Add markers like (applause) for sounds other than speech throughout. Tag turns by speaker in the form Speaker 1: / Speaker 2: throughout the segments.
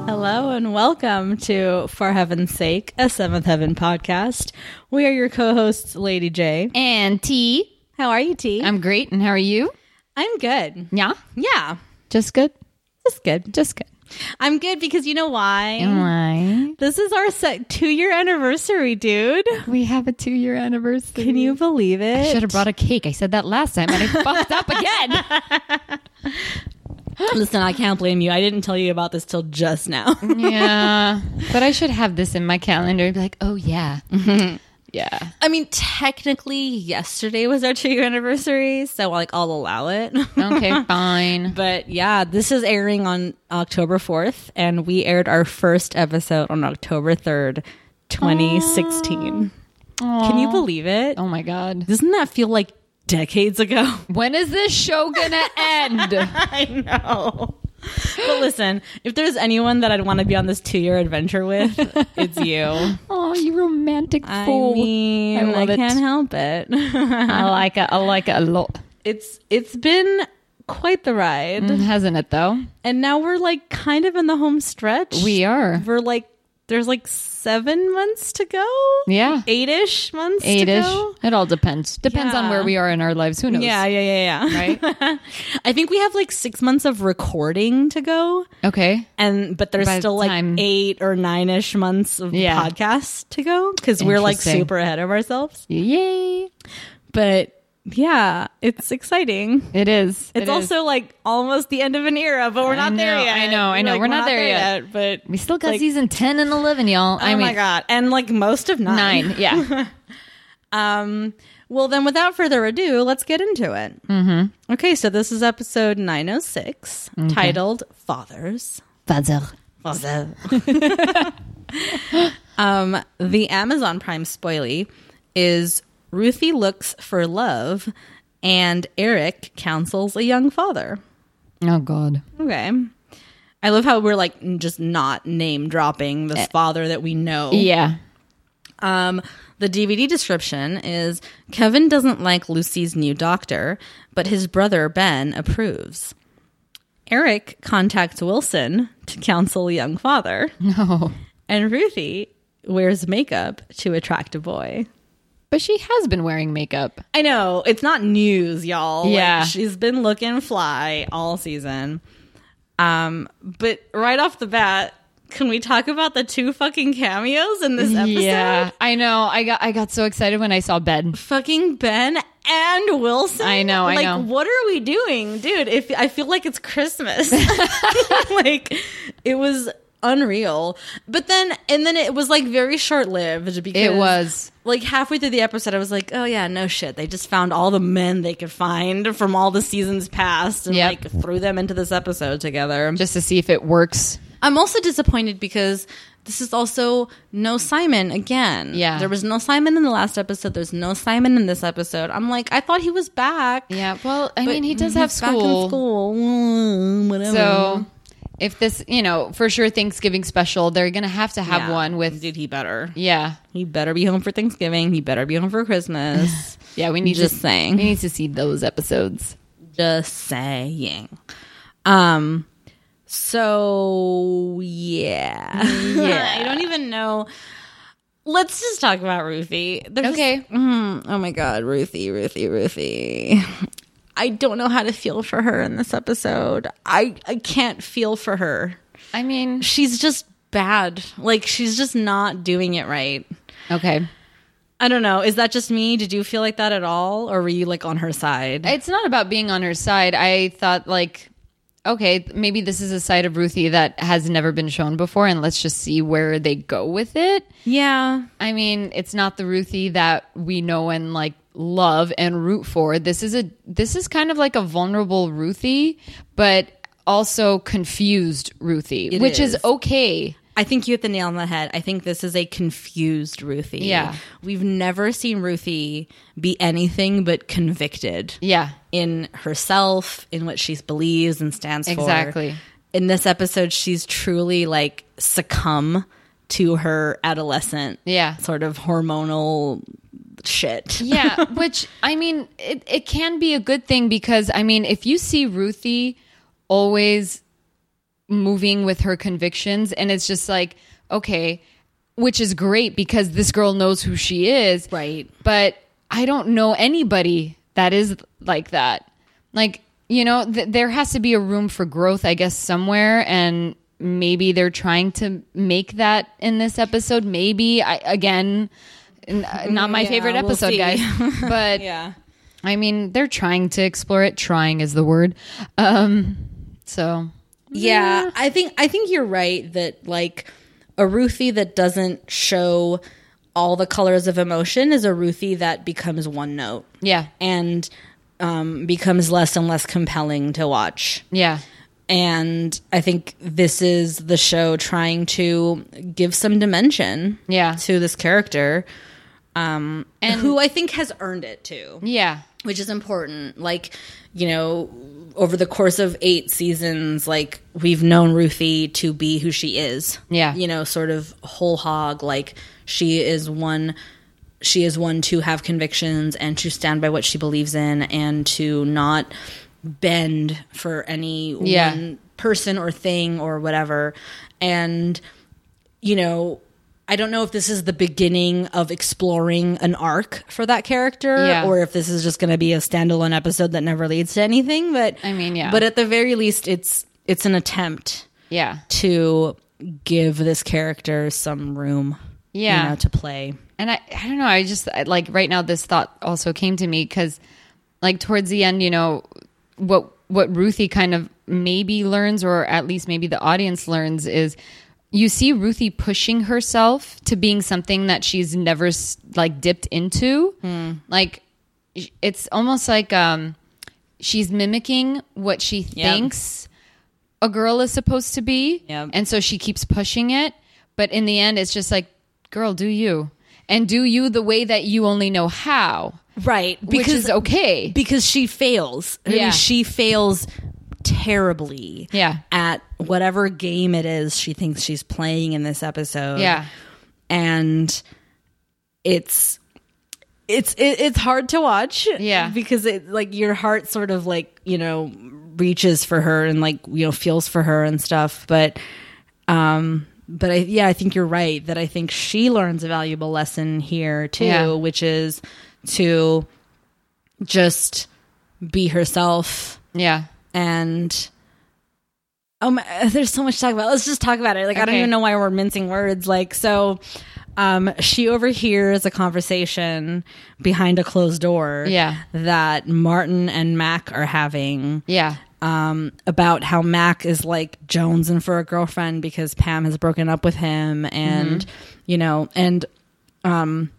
Speaker 1: and welcome to For Heaven's Sake, a Seventh Heaven podcast. We are your co hosts, Lady J.
Speaker 2: And T,
Speaker 1: How are you, T?
Speaker 2: I'm great. And how are you?
Speaker 1: I'm good.
Speaker 2: Yeah.
Speaker 1: Yeah,
Speaker 2: Just good.
Speaker 1: it's good.
Speaker 2: Just good.
Speaker 1: I'm good because you know why?
Speaker 2: Why?
Speaker 1: This is our se- two year anniversary, dude.
Speaker 2: We have a two year anniversary.
Speaker 1: Can you believe it? (gasps)
Speaker 2: Should have brought a cake. I said that last time (laughs) and I fucked up again.
Speaker 1: Listen, I can't blame you. I didn't tell you about this till just now.
Speaker 2: (laughs) Yeah. But I should have this in my calendar and be like, oh, yeah. (laughs) Yeah.
Speaker 1: I mean, technically, yesterday was our two year anniversary, so like I'll allow it.
Speaker 2: (laughs) Okay, fine.
Speaker 1: (laughs) But yeah, this is airing on October 4th, and we aired our first episode on October 3rd, 2016. Can you believe it?
Speaker 2: Oh, my God.
Speaker 1: Doesn't that feel like decades ago? (laughs)
Speaker 2: When is this show going to end?
Speaker 1: I know. But listen, if there's anyone that I'd want to be on this two year adventure with, it's you.
Speaker 2: (laughs) oh, you romantic
Speaker 1: (laughs) I
Speaker 2: fool.
Speaker 1: mean, I,
Speaker 2: love it.
Speaker 1: can't help it. (laughs)
Speaker 2: I like it. I like it a lot.
Speaker 1: it's it's been quite the
Speaker 2: Mm.
Speaker 1: ride.
Speaker 2: Hasn't it, though?
Speaker 1: And now we're like kind of in the home stretch.
Speaker 2: We are.
Speaker 1: we're like there's like seven months to go.
Speaker 2: Yeah.
Speaker 1: Eight ish months
Speaker 2: Eight
Speaker 1: to
Speaker 2: ish.
Speaker 1: go.
Speaker 2: It all depends. Depends on
Speaker 1: Yeah.
Speaker 2: where we are in our lives. Who knows?
Speaker 1: Yeah, yeah, yeah, yeah.
Speaker 2: Right?
Speaker 1: (laughs) I think we have like six months of recording to go.
Speaker 2: Okay.
Speaker 1: And but there's
Speaker 2: By the
Speaker 1: still like
Speaker 2: time-
Speaker 1: eight or nine ish months of
Speaker 2: Yeah.
Speaker 1: podcasts to go because we're like
Speaker 2: Interesting.
Speaker 1: super ahead of ourselves.
Speaker 2: Yay.
Speaker 1: But yeah, it's exciting.
Speaker 2: It is. It
Speaker 1: It's
Speaker 2: is.
Speaker 1: also like almost the end of an era, but we're
Speaker 2: I
Speaker 1: not there
Speaker 2: know,
Speaker 1: yet.
Speaker 2: I know, I know.
Speaker 1: Like,
Speaker 2: We're not there yet.
Speaker 1: But
Speaker 2: We still got
Speaker 1: like,
Speaker 2: season 10 and 11, y'all.
Speaker 1: Oh
Speaker 2: I mean,
Speaker 1: my god! And like most of nine.
Speaker 2: nine.
Speaker 1: (laughs)
Speaker 2: Yeah.
Speaker 1: Um, well, then, without further ado, let's get into it. Mm-hmm. Okay, so this is episode 906, titled Fathers.
Speaker 2: Father.
Speaker 1: (laughs) um, the Amazon Prime spoilie is Ruthie looks for love, and Eric counsels a young father.
Speaker 2: Oh, God.
Speaker 1: Okay. I love how we're like n- just not name dropping this father that we know.
Speaker 2: Yeah.
Speaker 1: Um, the DVD description is Kevin doesn't like Lucy's new doctor, but his brother Ben approves. Eric contacts Wilson to counsel a young father,
Speaker 2: No.
Speaker 1: and Ruthie wears makeup to attract a boy.
Speaker 2: But she has been wearing makeup.
Speaker 1: I know it's not news, y'all. Like,
Speaker 2: Yeah.
Speaker 1: she's been looking fly all season. Um, but right off the bat, can we talk about the two fucking cameos in this episode?
Speaker 2: Yeah. I know. I got I got so excited when I saw Ben.
Speaker 1: fucking Ben and Wilson.
Speaker 2: I know, I
Speaker 1: like,
Speaker 2: know.
Speaker 1: What are we doing, dude? If I feel like it's
Speaker 2: (laughs)
Speaker 1: Christmas, (laughs) like it was unreal. But then, and then it was like very short lived because
Speaker 2: It was.
Speaker 1: like halfway through the episode. I was like, oh yeah, no shit. They just found all the men they could find from all the seasons past and
Speaker 2: Yep.
Speaker 1: like threw them into this episode together.
Speaker 2: Just to see if it works.
Speaker 1: I'm also disappointed because this is also no Simon again.
Speaker 2: Yeah.
Speaker 1: There was no Simon in the last episode. There's no Simon in this episode. I'm like, I thought he was back.
Speaker 2: Yeah. Well, I
Speaker 1: But
Speaker 2: mean, he does
Speaker 1: he's
Speaker 2: have
Speaker 1: Back in
Speaker 2: school.
Speaker 1: school. Mm, Whatever.
Speaker 2: So if this, you know, for sure Thanksgiving special, they're going to have to have
Speaker 1: Yeah.
Speaker 2: one with.
Speaker 1: Dude, he better.
Speaker 2: Yeah.
Speaker 1: He better be home for Thanksgiving. He better be home for Christmas.
Speaker 2: (laughs) Yeah. We need
Speaker 1: Just
Speaker 2: to,
Speaker 1: saying.
Speaker 2: We need to see those episodes.
Speaker 1: Just saying. Um. So yeah, yeah. (laughs) I don't even know. Let's just talk about Ruthie. There's
Speaker 2: Okay.
Speaker 1: Mm, oh my God, Ruthie, Ruthie, Ruthie. I don't know how to feel for her in this episode. I, I can't feel for her.
Speaker 2: I mean,
Speaker 1: She's just bad. Like, she's just not doing it right.
Speaker 2: okay.
Speaker 1: I don't know. Is that just me? Did you feel like that at all? Or were you like on her side?
Speaker 2: It's not about being on her side. I thought like, okay, maybe this is a side of Ruthie that has never been shown before, and let's just see where they go with it.
Speaker 1: yeah.
Speaker 2: I mean, it's not the Ruthie that we know and like love and root for. This is a this is kind of like a vulnerable Ruthie, but also confused Ruthie, which is.
Speaker 1: is.
Speaker 2: okay.
Speaker 1: I think you hit the nail on the head. I think this is a confused Ruthie.
Speaker 2: Yeah.
Speaker 1: We've never seen Ruthie be anything but convicted.
Speaker 2: Yeah.
Speaker 1: in herself, in what she believes and stands for.
Speaker 2: Exactly.
Speaker 1: In this episode, she's truly like succumb to her adolescent
Speaker 2: Yeah.
Speaker 1: sort of hormonal shit.
Speaker 2: yeah, which I mean, it, it can be a good thing because I mean, if you see Ruthie always moving with her convictions and it's just like okay which is great because this girl knows who she is
Speaker 1: Right.
Speaker 2: but i don't know anybody that is like that like you know th- there has to be a room for growth i guess somewhere and maybe they're trying to make that in this episode maybe i again
Speaker 1: (laughs)
Speaker 2: n- not my
Speaker 1: Yeah,
Speaker 2: favorite
Speaker 1: we'll
Speaker 2: episode
Speaker 1: see. (laughs)
Speaker 2: guys but
Speaker 1: Yeah.
Speaker 2: I mean, they're trying to explore it. Trying is the word. Um, so
Speaker 1: Yeah, I think I think you're right that like a Ruthie that doesn't show all the colors of emotion is a Ruthie that becomes one note
Speaker 2: yeah,
Speaker 1: and um, becomes less and less compelling to watch.
Speaker 2: yeah,
Speaker 1: And I think this is the show trying to give some dimension
Speaker 2: yeah,
Speaker 1: to this character, um, and who I think has earned it too
Speaker 2: yeah,
Speaker 1: which is important. Like, you know, over the course of eight seasons, like we've known Ruthie to be who she is.
Speaker 2: Yeah.
Speaker 1: You know, sort of whole hog. Like she is one she is one to have convictions and to stand by what she believes in and to not bend for any
Speaker 2: Yeah.
Speaker 1: one person or thing or whatever. And you know, I don't know if this is the beginning of exploring an arc for that character
Speaker 2: Yeah.
Speaker 1: or if this is just going to be a standalone episode that never leads to anything, but
Speaker 2: I mean, yeah.
Speaker 1: But at the very least it's it's an attempt
Speaker 2: yeah,
Speaker 1: to give this character some room
Speaker 2: Yeah.
Speaker 1: you know, to play.
Speaker 2: and I, I don't know. I just I, like right now this thought also came to me because like towards the end, you know, what what Ruthie kind of maybe learns, or at least maybe the audience learns, is you see Ruthie pushing herself to being something that she's never s- like dipped into. Like it's almost like um, she's mimicking what she
Speaker 1: Yeah.
Speaker 2: thinks a girl is supposed to be.
Speaker 1: Yeah.
Speaker 2: And so she keeps pushing it. But in the end, it's just like, girl, do you. And do you the way that you only know how.
Speaker 1: Right,
Speaker 2: Because which
Speaker 1: because
Speaker 2: is okay.
Speaker 1: because she fails. I mean,
Speaker 2: Yeah.
Speaker 1: she fails terribly
Speaker 2: Yeah.
Speaker 1: at whatever game it is she thinks she's playing in this episode.
Speaker 2: Yeah.
Speaker 1: and it's it's it, it's hard to watch
Speaker 2: Yeah.
Speaker 1: because it like your heart sort of like you know reaches for her and like you know feels for her and stuff but um but I, yeah i think you're right that i think she learns a valuable lesson here too
Speaker 2: Yeah.
Speaker 1: which is to just be herself
Speaker 2: Yeah.
Speaker 1: and oh my, (laughs) there's so much to talk about let's just talk about it like i don't
Speaker 2: Okay.
Speaker 1: even know why we're mincing words like so um she overhears a conversation behind a closed door
Speaker 2: Yeah.
Speaker 1: that martin and mac are having
Speaker 2: Yeah.
Speaker 1: um, about how Mac is like jonesing for a girlfriend because Pam has broken up with him, and
Speaker 2: Mm-hmm.
Speaker 1: you know, and um,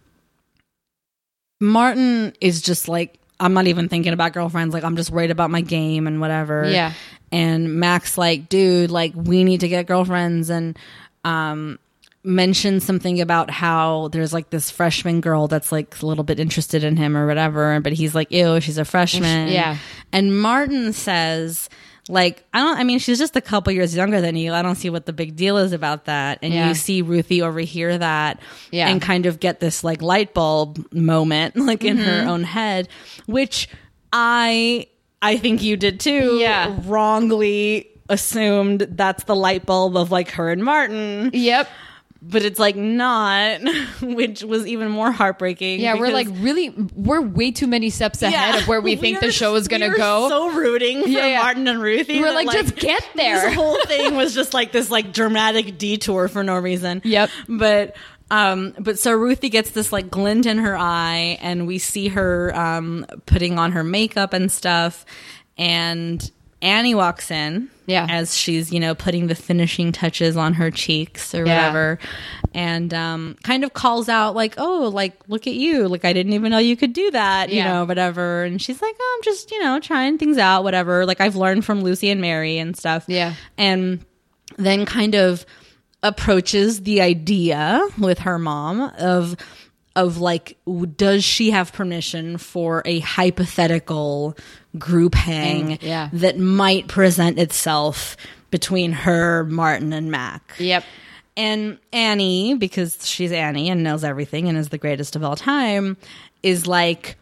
Speaker 1: Martin is just like, I'm not even thinking about girlfriends. Like, I'm just worried about my game and whatever.
Speaker 2: Yeah.
Speaker 1: And Mac's like, dude, like we need to get girlfriends, and um, mentioned something about how there's like this freshman girl that's like a little bit interested in him or whatever, but he's like, ew, she's a freshman.
Speaker 2: Yeah.
Speaker 1: And Martin says, like, I don't, I mean, she's just a couple years younger than you. I don't see what the big deal is about that. And
Speaker 2: Yeah.
Speaker 1: you see Ruthie overhear that
Speaker 2: Yeah.
Speaker 1: and kind of get this like light bulb moment, (laughs) like in
Speaker 2: Mm-hmm.
Speaker 1: her own head, which I, I think you did too.
Speaker 2: Yeah.
Speaker 1: Wrongly assumed that's the light bulb of like her and Martin
Speaker 2: Yep.
Speaker 1: but it's like not, (laughs) which was even more heartbreaking.
Speaker 2: Yeah, we're like
Speaker 1: because-
Speaker 2: really, we're way too many steps ahead of where
Speaker 1: (laughs)
Speaker 2: we think the
Speaker 1: We're-
Speaker 2: show is going to
Speaker 1: we're
Speaker 2: go.
Speaker 1: So rooting for
Speaker 2: Yeah, yeah.
Speaker 1: Martin and Ruthie.
Speaker 2: we're
Speaker 1: that,
Speaker 2: like, just
Speaker 1: (laughs)
Speaker 2: get
Speaker 1: This
Speaker 2: there. (laughs)
Speaker 1: whole thing was just like this like dramatic detour for no reason.
Speaker 2: Yep.
Speaker 1: But um but so Ruthie gets this like glint in her eye and we see her um putting on her makeup and stuff and Annie walks in
Speaker 2: Yeah.
Speaker 1: as she's, you know, putting the finishing touches on her cheeks or
Speaker 2: Yeah.
Speaker 1: whatever and um kind of calls out like, "Oh, like look at you. Like I didn't even know you could do that." you
Speaker 2: Yeah.
Speaker 1: know, whatever. And she's like, oh, I'm just, you know, trying things out, whatever. Like I've learned from Lucy and Mary and stuff.
Speaker 2: Yeah.
Speaker 1: And then kind of approaches the idea with her mom of of like w- does she have permission for a hypothetical group hang
Speaker 2: Hang, yeah.
Speaker 1: that might present itself between her Martin and Mac
Speaker 2: Yep.
Speaker 1: and Annie, because she's Annie and knows everything and is the greatest of all time, is like,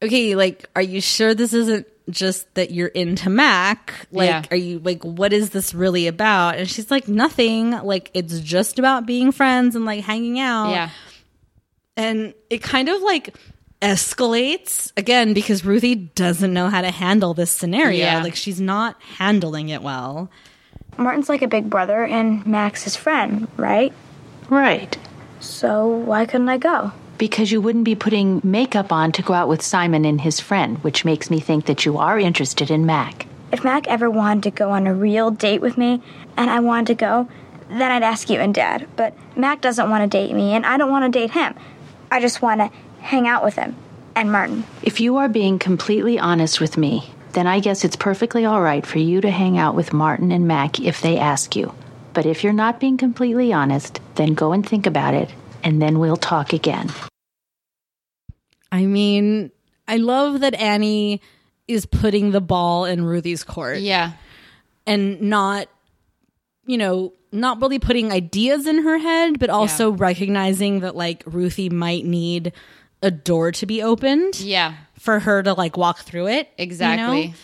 Speaker 1: okay, like, are you sure this isn't just that you're into Mac? Like,
Speaker 2: Yeah.
Speaker 1: are you like, what is this really about? And she's like, nothing. Like, it's just about being friends and like hanging out.
Speaker 2: Yeah.
Speaker 1: And it kind of like escalates again because Ruthie doesn't know how to handle this scenario.
Speaker 2: Yeah.
Speaker 1: Like, she's not handling it well.
Speaker 3: Martin's like a big brother and Max his friend, right?
Speaker 4: Right.
Speaker 3: So why couldn't I go?
Speaker 4: Because you wouldn't be putting makeup on to go out with Simon and his friend, which makes me think that you are interested in Mac.
Speaker 3: If Mac ever wanted to go on a real date with me and I wanted to go, then I'd ask you and Dad. But Mac doesn't want to date me and I don't want to date him. I just want to hang out with him and Martin.
Speaker 4: If you are being completely honest with me, then I guess it's perfectly all right for you to hang out with Martin and Mac if they ask you. But if you're not being completely honest, then go and think about it, and then we'll talk again.
Speaker 1: I mean, I love that Annie is putting the ball in Ruthie's court
Speaker 2: Yeah.
Speaker 1: and not, you know, not really putting ideas in her head, but also recognizing that like Ruthie might need a door to be opened
Speaker 2: Yeah.
Speaker 1: for her to like walk through it. you know?
Speaker 2: Exactly.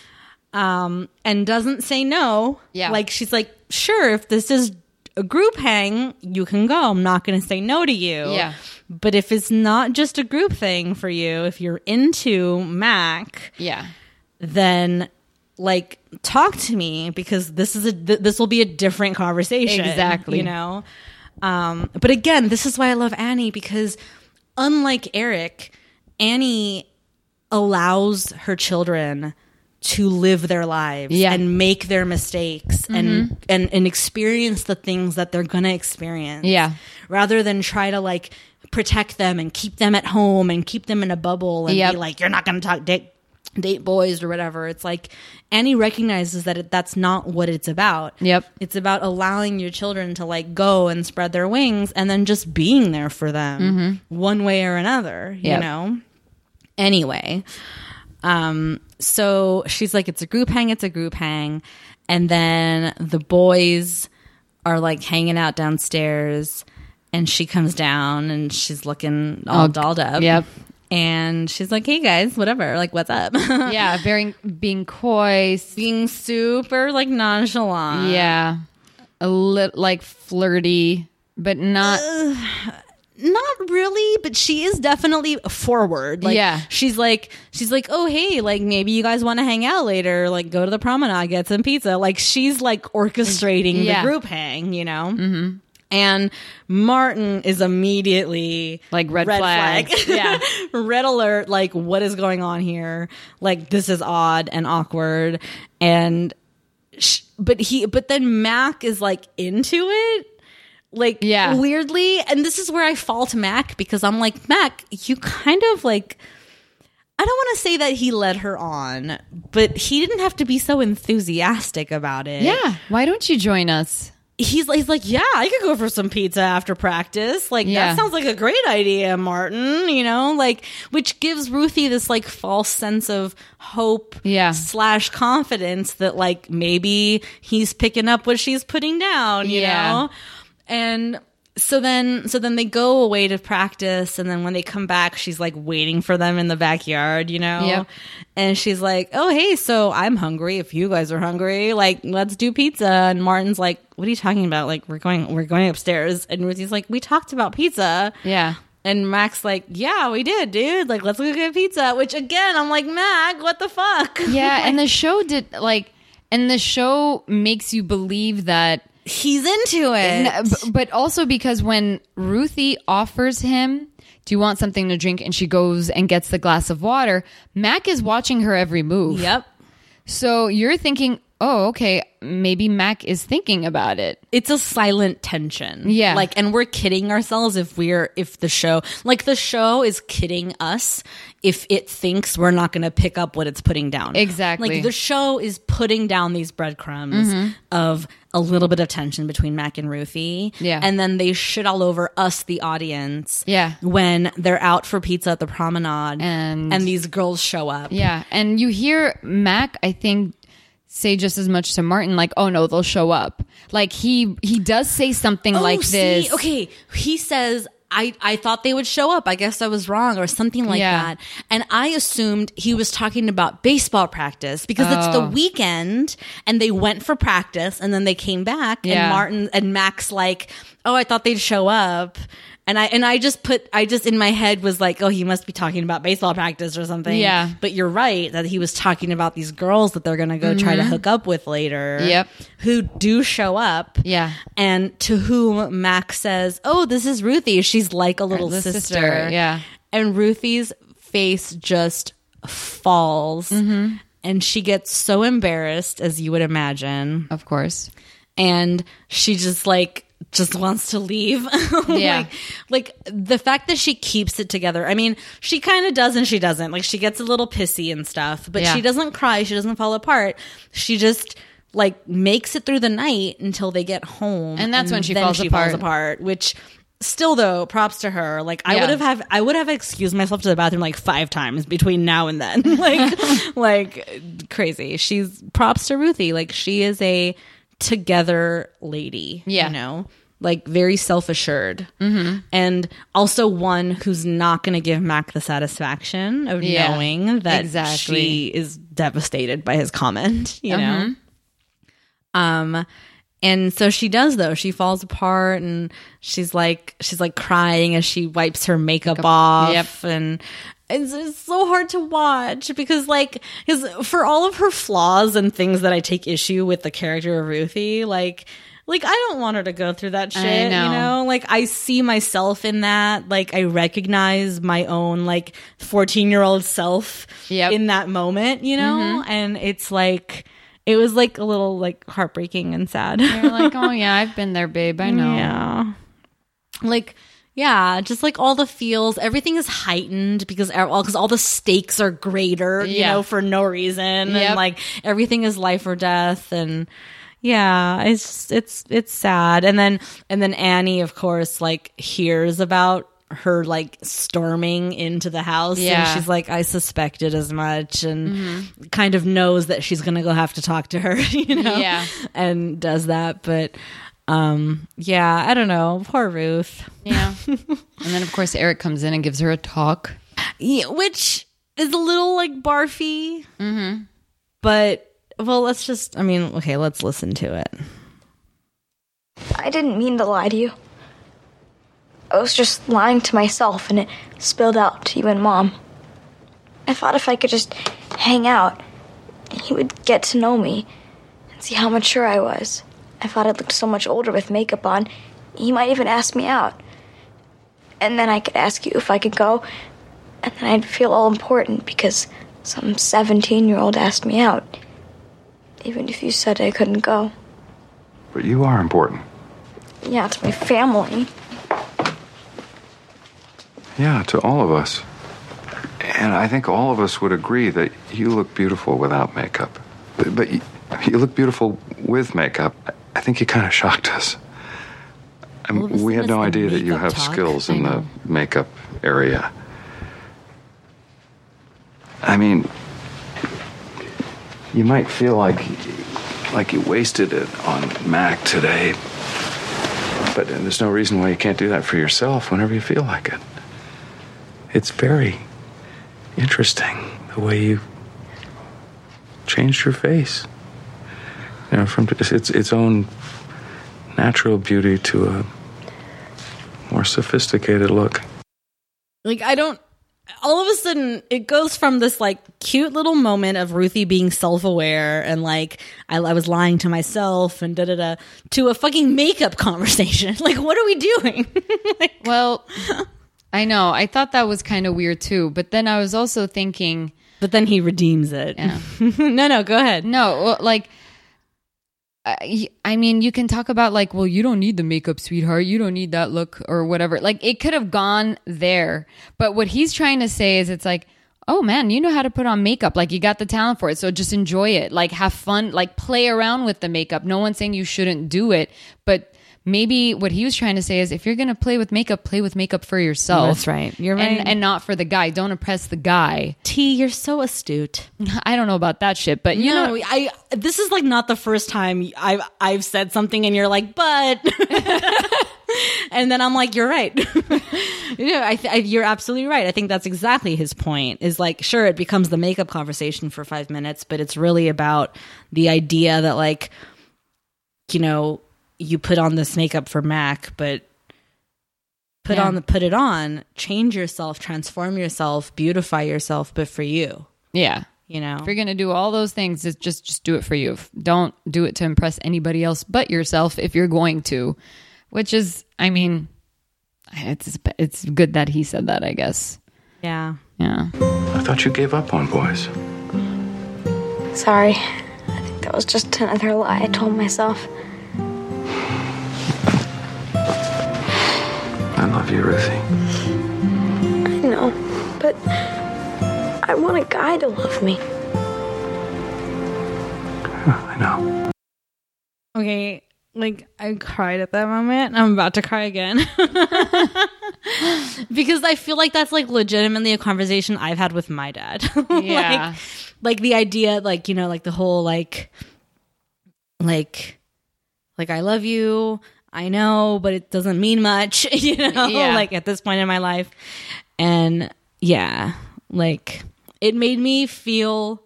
Speaker 1: Um, and doesn't say no.
Speaker 2: Yeah.
Speaker 1: Like she's like, sure, if this is a group hang, you can go. I'm not going to say no to you.
Speaker 2: Yeah.
Speaker 1: But if it's not just a group thing for you, if you're into Mac,
Speaker 2: Yeah.
Speaker 1: then like talk to me because this is a th- this will be a different conversation.
Speaker 2: Exactly.
Speaker 1: You know. Um, but again, this is why I love Annie because unlike Eric, Annie allows her children to live their lives
Speaker 2: Yeah. Mm-hmm.
Speaker 1: and make their mistakes and, and and experience the things that they're gonna experience
Speaker 2: Yeah.
Speaker 1: rather than try to like protect them and keep them at home and keep them in a bubble and
Speaker 2: Yep.
Speaker 1: be like you're not going to talk date date boys or whatever it's like annie recognizes that it, that's not what it's about
Speaker 2: Yep.
Speaker 1: it's about allowing your children to like go and spread their wings and then just being there for them one way or another you
Speaker 2: Mm-hmm. Yep.
Speaker 1: know anyway um so she's like it's a group hang it's a group hang and then the boys are like hanging out downstairs and she comes down and she's looking all dolled up
Speaker 2: yep.
Speaker 1: and she's like hey guys whatever like what's up (laughs)
Speaker 2: Yeah. Very being coy.
Speaker 1: being super like nonchalant
Speaker 2: Yeah. A little like flirty, but not.
Speaker 1: not really but she is definitely forward like
Speaker 2: Yeah.
Speaker 1: she's like she's like oh hey like maybe you guys want to hang out later like go to the promenade get some pizza like she's like orchestrating
Speaker 2: Yeah.
Speaker 1: the group hang you know mm-hmm. and martin is immediately
Speaker 2: Like red flag.
Speaker 1: (laughs)
Speaker 2: Yeah.
Speaker 1: red alert like what is going on here like this is odd and awkward and sh- but he but then mac is like into it like
Speaker 2: Yeah.
Speaker 1: weirdly and this is where i fall to mac because i'm like mac you kind of like i don't want to say that he led her on but he didn't have to be so enthusiastic about it
Speaker 2: yeah. Why don't you join us?
Speaker 1: he's, he's like yeah i could go for some pizza after practice like
Speaker 2: Yeah.
Speaker 1: that sounds like a great idea martin you know like which gives ruthie this like false sense of hope
Speaker 2: Yeah.
Speaker 1: slash confidence that like maybe he's picking up what she's putting down you
Speaker 2: Yeah.
Speaker 1: know and so then so then they go away to practice and then when they come back she's like waiting for them in the backyard you know
Speaker 2: Yep.
Speaker 1: and she's like oh hey so i'm hungry if you guys are hungry like let's do pizza and martin's like what are you talking about like we're going we're going upstairs and ruthie's like we talked about pizza
Speaker 2: Yeah.
Speaker 1: and Mac's like, yeah, we did, dude. Like, let's go get pizza. Which again, I'm like, Mac, what the fuck?
Speaker 2: Yeah. And
Speaker 1: (laughs)
Speaker 2: the show did like, and the show makes you believe that
Speaker 1: He's into it.
Speaker 2: No, b- but also because when Ruthie offers him, "Do you want something to drink?" and she goes and gets the glass of water, Mac is watching her every move.
Speaker 1: Yep.
Speaker 2: So you're thinking, "Oh, okay, maybe Mac is thinking about it."
Speaker 1: it's a silent tension.
Speaker 2: Yeah.
Speaker 1: Like, and we're kidding ourselves if we're, if the show, like, the show is kidding us if it thinks we're not going to pick up what it's putting down.
Speaker 2: Exactly. Mm-hmm.
Speaker 1: Like, the show is putting down these breadcrumbs of a little bit of tension between Mac and Ruthie.
Speaker 2: Yeah.
Speaker 1: And then they shit all over us, the audience.
Speaker 2: Yeah.
Speaker 1: When they're out for pizza at the promenade
Speaker 2: And-
Speaker 1: and these girls show up.
Speaker 2: Yeah, and you hear Mac, I think say just as much to Martin like, "Oh no, they'll show up." Like he he does say something
Speaker 1: Oh,
Speaker 2: like
Speaker 1: see,
Speaker 2: this.
Speaker 1: Okay, he says I, I thought they would show up. I guess I was wrong or something like
Speaker 2: Yeah.
Speaker 1: that. And I assumed he was talking about baseball practice because it's
Speaker 2: Oh.
Speaker 1: the weekend and they went for practice and then they came back
Speaker 2: Yeah.
Speaker 1: and Martin and Max like, "Oh, I thought they'd show up." And I and I just put I just in my head was like, "Oh, he must be talking about baseball practice or something."
Speaker 2: Yeah.
Speaker 1: But you're right that he was talking about these girls that they're going to go try to hook up with later.
Speaker 2: Mm-hmm. Yep.
Speaker 1: Who do show up.
Speaker 2: Yeah.
Speaker 1: And to whom Max says, Oh, this is Ruthie. She's like a little
Speaker 2: Little
Speaker 1: sister.
Speaker 2: sister, yeah.
Speaker 1: And Ruthie's face just falls.
Speaker 2: Mm-hmm.
Speaker 1: And she gets so embarrassed, as you would imagine.
Speaker 2: Of course.
Speaker 1: And she just like, just wants to leave. (laughs)
Speaker 2: Yeah.
Speaker 1: like, like the fact that she keeps it together. I mean, she kind of does and she doesn't. Like she gets a little pissy and stuff, but
Speaker 2: Yeah.
Speaker 1: she doesn't cry. She doesn't fall apart. She just like makes it through the night until they get home,
Speaker 2: And that's when she
Speaker 1: then
Speaker 2: falls apart.
Speaker 1: apart, which. Still though, props to her. Like I
Speaker 2: Yeah.
Speaker 1: would have, have I would have excused myself to the bathroom like five times between now and then. (laughs)
Speaker 2: (laughs)
Speaker 1: like like crazy. She's props to Ruthie. Like she is a together lady.
Speaker 2: Yeah.
Speaker 1: You know? Like very self assured. Mm-hmm. And also one who's not gonna give Mac the satisfaction of
Speaker 2: Yeah.
Speaker 1: knowing that
Speaker 2: Exactly. Mm-hmm.
Speaker 1: she is devastated by his comment, (laughs) you know? Um and so she does though. She falls apart and she's like she's like crying as she wipes her makeup off
Speaker 2: Yep.
Speaker 1: and it's, it's so hard to watch because like his for all of her flaws and things that I take issue with the character of Ruthie, like like I don't want her to go through that shit,
Speaker 2: know.
Speaker 1: you know? Like I see myself in that, like I recognize my own like 14-year-old self
Speaker 2: Yep.
Speaker 1: in that moment, you know? And it's like it was like a little like heartbreaking and sad. (laughs)
Speaker 2: You're like, oh yeah, I've been there, babe. I know.
Speaker 1: Yeah. Like, yeah, just like all the feels, everything is heightened because all because all the stakes are greater, you
Speaker 2: Yeah.
Speaker 1: know, for no reason,
Speaker 2: Yep.
Speaker 1: and like everything is life or death, and yeah, it's just- it's it's sad. And then and then Annie, of course, like hears about her like storming into the house,
Speaker 2: Yeah. Mm-hmm.
Speaker 1: and she's like, I suspected as much, and kind of knows that she's gonna go have to talk to her, (laughs) you know,
Speaker 2: Yeah.
Speaker 1: and does that, but. Um, yeah, I don't know. Poor Ruth.
Speaker 2: Yeah. (laughs) and then of course Eric comes in and gives her a talk.
Speaker 1: Yeah, which is a little like barfy. Mm-hmm. But, well, let's just, I mean, okay, let's listen to it.
Speaker 3: I didn't mean to lie to you. I was just lying to myself and it spilled out to you and Mom. I thought if I could just hang out, he would get to know me and see how mature I was. I thought I looked so much older with makeup on, he might even ask me out. And then I could ask you if I could go, and then I'd feel all important because some 17 year old asked me out, even if you said I couldn't go.
Speaker 5: But you are important.
Speaker 3: Yeah, it's my family.
Speaker 5: Yeah, to all of us. And I think all of us would agree that you look beautiful without makeup. But, but you, you look beautiful with makeup. I think you kind of shocked us. I mean,
Speaker 1: All of a
Speaker 5: we had
Speaker 1: sudden
Speaker 5: no
Speaker 1: it's the
Speaker 5: idea that you
Speaker 1: makeup
Speaker 5: have
Speaker 1: talk.
Speaker 5: skills in
Speaker 2: I
Speaker 5: the
Speaker 2: know.
Speaker 5: makeup area. I mean, you might feel like like you wasted it on Mac today, but uh, there's no reason why you can't do that for yourself whenever you feel like it. It's very interesting the way you changed your face. You know, from its its, its own natural beauty to a more sophisticated look.
Speaker 1: Like, I don't, all of a sudden, it goes from this like cute little moment of Ruthie being self aware and like, I, I was lying to myself and da da da to a fucking makeup conversation. (laughs) Like, what are we doing? (laughs)
Speaker 2: Well, (laughs) I know. I thought that was kind of weird too, but then I was also thinking,
Speaker 1: but then he redeems it. (laughs) no, no, go ahead.
Speaker 2: no, well, like I, I mean, you can talk about like, well, you don't need the makeup, sweetheart. You don't need that look or whatever. Like it could have gone there. But what he's trying to say is it's like, "Oh man, you know how to put on makeup. Like you got the talent for it. So just enjoy it. Like have fun, like play around with the makeup. No one's saying you shouldn't do it, but maybe what he was trying to say is if you're going to play with makeup, play with makeup for yourself.
Speaker 1: That's right. You're
Speaker 2: And-
Speaker 1: right.
Speaker 2: and not for the guy. Don't oppress the guy.
Speaker 1: T, you're so astute.
Speaker 2: I don't know about that shit, but you know
Speaker 1: no, I this is like not the first time I've I've said something and you're like, but (laughs) and then I'm like, you're right. (laughs) you know, I th- I, you're absolutely right. I think that's exactly his point. Is like, sure, it becomes the makeup conversation for five minutes, but it's really about the idea that like, you know, you put on this makeup for Mac, but put
Speaker 2: Yeah.
Speaker 1: on the put it on, change yourself, transform yourself, beautify yourself, but for you,
Speaker 2: Yeah.
Speaker 1: you know.
Speaker 2: If you're gonna do all those things, it's just just do it for you. Don't do it to impress anybody else but yourself. If you're going to, which is, I mean, it's it's good that he said that. I guess.
Speaker 1: yeah.
Speaker 2: Yeah.
Speaker 5: I thought you gave up on boys.
Speaker 3: Sorry. I think that was just another lie I told myself.
Speaker 5: I love you, Ruthie.
Speaker 3: I know, but I want a guy to love me.
Speaker 5: I know.
Speaker 1: Okay, like I cried at that moment. and I'm about to cry again. (laughs) because I feel like that's like legitimately a conversation I've had with my dad. (laughs)
Speaker 2: Yeah.
Speaker 1: like, like the idea like, you know, like the whole like like like I love you. I know, but it doesn't mean much, (laughs) you know,
Speaker 2: Yeah.
Speaker 1: like at this point in my life. And yeah, like it made me feel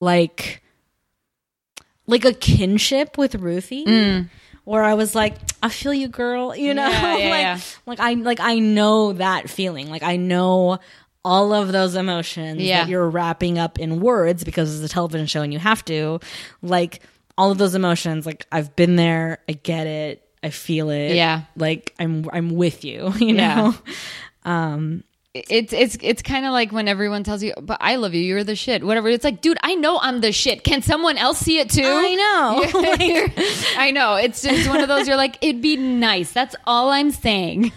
Speaker 1: like like a kinship with Ruthie where I was like, I feel you girl, (laughs) you know?
Speaker 2: Mm. Yeah, yeah,
Speaker 1: like
Speaker 2: yeah.
Speaker 1: like I like I know that feeling. Like I know all of those emotions
Speaker 2: Yeah.
Speaker 1: that you're wrapping up in words because it's a television show and you have to. Like all of those emotions, like I've been there, I get it, I feel it.
Speaker 2: Yeah.
Speaker 1: Like I'm I'm with you, (laughs) you
Speaker 2: Yeah.
Speaker 1: know?
Speaker 2: It's it's it's kind of like when everyone tells you, "But I love you. You're the shit." Whatever. It's like, dude, I know I'm the shit. Can someone else see it too?
Speaker 1: I know.
Speaker 2: (laughs) You're- I know. It's just one of those. You're like, it'd be nice. That's all I'm saying.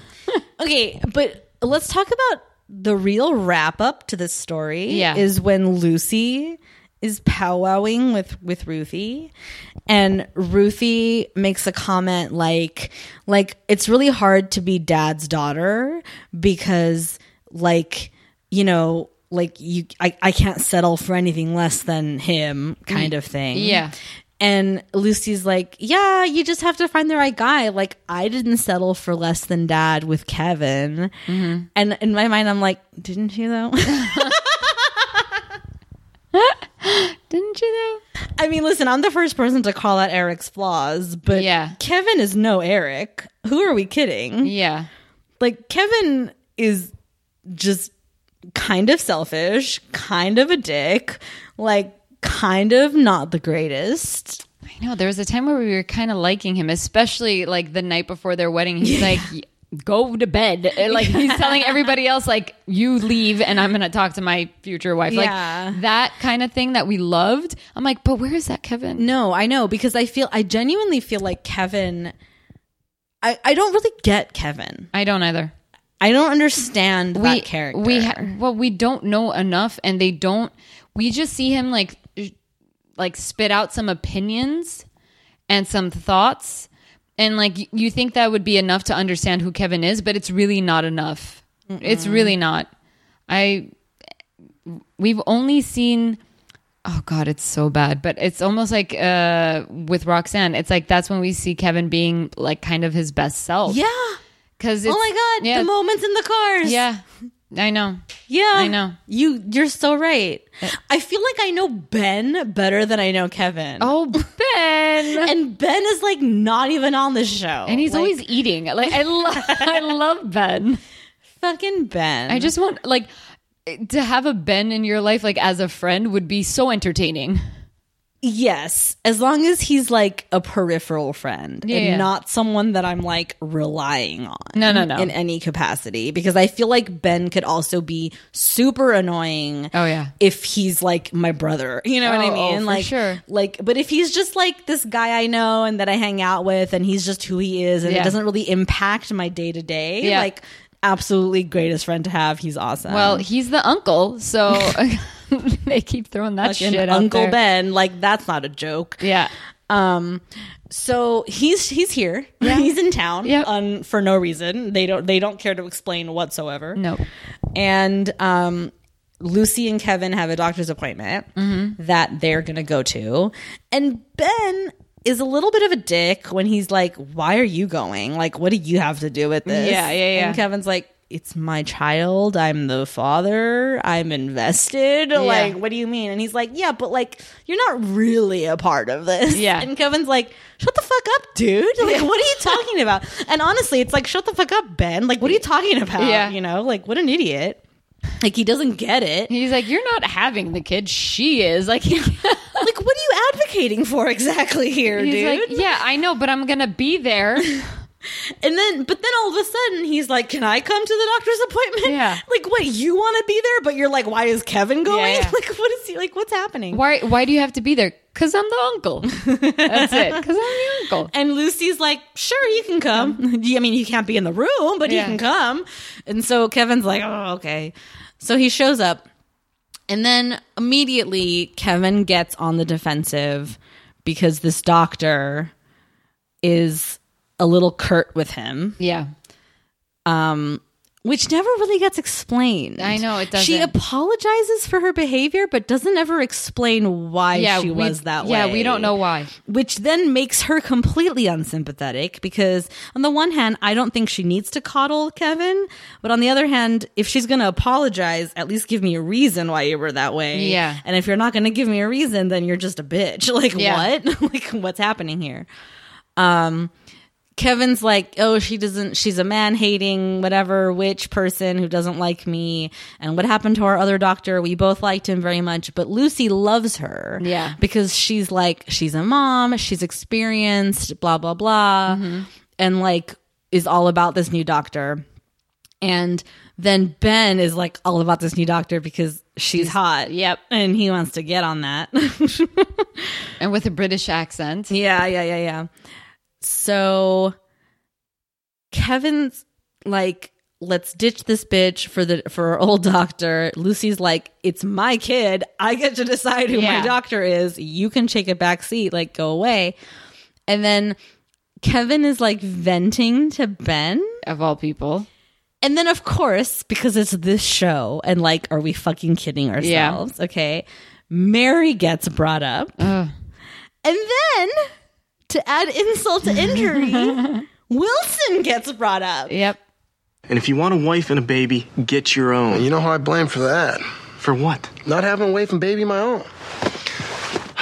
Speaker 1: Okay, but let's talk about the real wrap up to this story.
Speaker 2: Yeah.
Speaker 1: is when Lucy is powwowing with with Ruthie, and Ruthie makes a comment like, like it's really hard to be dad's daughter because like you know like you I, I can't settle for anything less than him kind of thing
Speaker 2: Yeah.
Speaker 1: and Lucy's like, Yeah, you just have to find the right guy. Like, I didn't settle for less than dad with Kevin.
Speaker 2: Mm-hmm.
Speaker 1: And in my mind, I'm like, Didn't you though? (laughs)
Speaker 2: Didn't you
Speaker 1: I mean, listen, I'm the first person to call out Eric's flaws, but
Speaker 2: Yeah.
Speaker 1: Kevin is no Eric. Who are we kidding?
Speaker 2: though? Yeah.
Speaker 1: Like, Kevin is just kind of selfish, kind of a dick, like, kind of not the greatest.
Speaker 2: I know. There was a time where we were kind of liking him, especially like the night before their wedding. He's like, go to bed. And,
Speaker 1: (laughs)
Speaker 2: Like he's telling everybody else, like, you leave and I'm going to talk to my future wife.
Speaker 1: Yeah.
Speaker 2: Like that kind of thing that we loved. I'm like, but where is that Kevin?
Speaker 1: No, I know because I feel I genuinely feel like Kevin I I don't really get Kevin.
Speaker 2: I don't either.
Speaker 1: I don't understand
Speaker 2: we,
Speaker 1: that character.
Speaker 2: We ha- well, we don't know enough, and they don't. We just see him like, sh- like spit out some opinions and some thoughts, and like y- you think that would be enough to understand who Kevin is, but it's really not enough. It's really not. I we've only seen. Oh God, it's so bad. But it's almost like uh, with Roxanne, it's like that's when we see Kevin being like kind of his best self.
Speaker 1: yeah.
Speaker 2: Because
Speaker 1: Oh my god, the moments in the cars.
Speaker 2: yeah, I know.
Speaker 1: Yeah.
Speaker 2: I know. Uh,
Speaker 1: You you're so right. I feel like I know Ben better than I know Kevin.
Speaker 2: Oh, (laughs) Ben.
Speaker 1: And Ben is like not even on the show.
Speaker 2: And he's
Speaker 1: Like,
Speaker 2: always eating. Like I love (laughs) I love Ben.
Speaker 1: fucking Ben.
Speaker 2: I just want like to have a Ben in your life like as a friend would be so entertaining.
Speaker 1: Yes, as long as he's like a peripheral friend and
Speaker 2: yeah.
Speaker 1: not someone that I'm like relying on.
Speaker 2: No, no, no.
Speaker 1: In any capacity because I feel like Ben could also be super annoying.
Speaker 2: Oh, yeah.
Speaker 1: If he's like my brother, you know what I
Speaker 2: Oh, oh,
Speaker 1: mean?
Speaker 2: for
Speaker 1: like
Speaker 2: sure.
Speaker 1: like but if he's just like this guy I know and that I hang out with and he's just who he is and
Speaker 2: Yeah.
Speaker 1: it doesn't really impact my day to day,
Speaker 2: Yeah.
Speaker 1: like absolutely greatest friend to have. He's awesome.
Speaker 2: Well, he's the uncle, (laughs) so they keep throwing that
Speaker 1: Fucking
Speaker 2: shit out
Speaker 1: Uncle
Speaker 2: there.
Speaker 1: Ben, like that's not a joke.
Speaker 2: Yeah.
Speaker 1: Um, so he's he's here. (laughs) He's in town
Speaker 2: Yep.
Speaker 1: on for no reason. They don't they don't care to explain whatsoever.
Speaker 2: No.
Speaker 1: And um, Lucy and
Speaker 2: Mm-hmm.
Speaker 1: Kevin have a doctor's appointment that they're gonna go to, and Ben is a little bit of a dick when he's like, "Why are you going? Like, what do you have to do with this?"
Speaker 2: Yeah, yeah, yeah.
Speaker 1: And Kevin's like, "It's my child. I'm the father. I'm invested. Like, what do you mean?" And he's like, "Yeah, but like, you're not really a part of this."
Speaker 2: Yeah.
Speaker 1: And Kevin's like, "Shut the fuck up, dude. Like, what are you talking about?" And honestly, it's like, "Shut the fuck up, Ben. Like, what are you talking about?"
Speaker 2: Yeah.
Speaker 1: You know, like, what an idiot. Like he doesn't get it.
Speaker 2: He's like, you're not having the kid. She is like, (laughs) he's
Speaker 1: Like, what are you advocating for exactly here, dude?
Speaker 2: like, yeah, I know, but I'm gonna be there.
Speaker 1: And then, but then all of a sudden, he's like, "Can I come to the doctor's appointment?"
Speaker 2: Yeah.
Speaker 1: Like, what? You want to be there, but you're like, "Why is Kevin going?"
Speaker 2: yeah.
Speaker 1: (laughs) Like, what is he? Like, what's happening?
Speaker 2: Why? Why do you have to be there? Cause I'm the (laughs) uncle. That's it. Cause I'm the uncle.
Speaker 1: And Lucy's like, "Sure, you can come. (laughs) I mean, you can't be in the room, but
Speaker 2: Yeah.
Speaker 1: you can come." And so Kevin's like, "Oh, okay." So he shows up, and then immediately Kevin gets on the defensive because this doctor is a little curt with him.
Speaker 2: Yeah.
Speaker 1: which never really gets explained.
Speaker 2: I know, it
Speaker 1: She
Speaker 2: doesn't.
Speaker 1: apologizes for her behavior, but doesn't ever explain why
Speaker 2: Yeah.
Speaker 1: she
Speaker 2: we-
Speaker 1: was that way.
Speaker 2: yeah, we don't know why.
Speaker 1: Which then makes her completely unsympathetic because, on the one hand, I don't think she needs to coddle Kevin, but on the other hand, if she's going to apologize, at least give me a reason why you were that way.
Speaker 2: Yeah.
Speaker 1: And if you're not going to give me a reason, then you're just a bitch. (laughs) Like
Speaker 2: Yeah.
Speaker 1: what? like what's happening here? Kevin's like, oh, she doesn't, she's a man hating, whatever, witch person who doesn't like me. And what happened to our other doctor? We both liked him very much, but Lucy loves her.
Speaker 2: Yeah.
Speaker 1: Because she's like, she's a mom, she's experienced, blah, blah, blah.
Speaker 2: Mm-hmm.
Speaker 1: And like, is all about this new doctor. And then Ben is like all about this new doctor because she's hot.
Speaker 2: yep.
Speaker 1: And he wants to get on that. (laughs)
Speaker 2: And with a British accent.
Speaker 1: Yeah, yeah, yeah, yeah. So Kevin's like, let's ditch this bitch for the for our old doctor. Lucy's like, it's my kid. I get to decide who
Speaker 2: Yeah.
Speaker 1: my doctor is. You can take a back seat, like go away. And then Kevin is like venting to Ben.
Speaker 2: Of all people.
Speaker 1: And then, of course, because it's this show, and like, are we fucking kidding ourselves? Okay. Mary gets brought up. And then, to add insult to (laughs) injury, Wilson gets brought up.
Speaker 2: Yep.
Speaker 6: And if you want a wife and a baby, get your own.
Speaker 7: You know who I blame for that?
Speaker 6: For what?
Speaker 7: Not having a wife and baby of my own.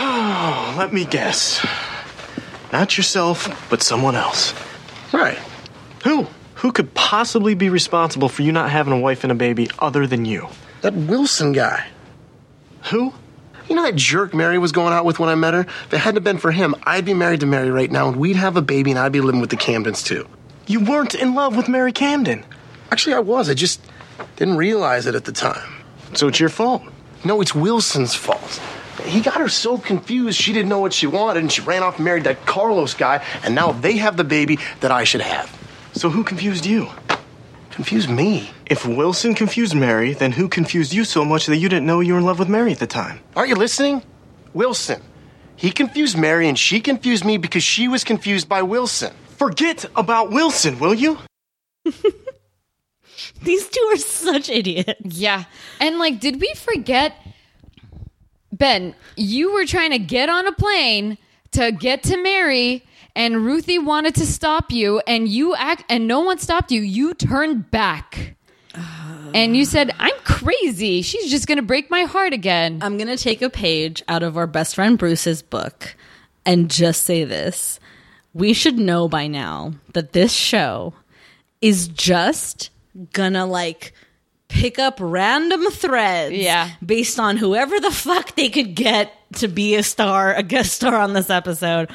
Speaker 6: Oh, let me guess. Not yourself, but someone else.
Speaker 7: Right.
Speaker 6: Who? Who could possibly be responsible for you not having a wife and a baby other than you?
Speaker 7: That Wilson guy.
Speaker 6: Who?
Speaker 7: You know that jerk Mary was going out with when I met her? If it hadn't have been for him, I'd be married to Mary right now and we'd have a baby and I'd be living with the Camdens too.
Speaker 6: You weren't in love with Mary Camden.
Speaker 7: Actually, I was. I just didn't realize it at the time.
Speaker 6: So it's your fault.
Speaker 7: No, it's Wilson's fault. He got her so confused she didn't know what she wanted and she ran off and married that Carlos guy and now they have the baby that I should have.
Speaker 6: So who confused you?
Speaker 7: Confused me.
Speaker 6: If Wilson confused Mary, then who confused you so much that you didn't know you were in love with Mary at the time?
Speaker 7: Aren't you listening? Wilson. He confused Mary and she confused me because she was confused by Wilson.
Speaker 6: Forget about Wilson, will you?
Speaker 1: These two are such idiots.
Speaker 2: Yeah. And like, did we forget? Ben, you were trying to get on a plane to get to Mary, and Ruthie wanted to stop you, and you act, and no one stopped you. You turned back. And you said, I'm crazy. She's just going to break my heart again.
Speaker 1: I'm going to take a page out of our best friend Bruce's book and just say this. We should know by now that this show is just gonna like pick up random threads
Speaker 2: Yeah.
Speaker 1: based on whoever the fuck they could get to be a star, a guest star on this episode.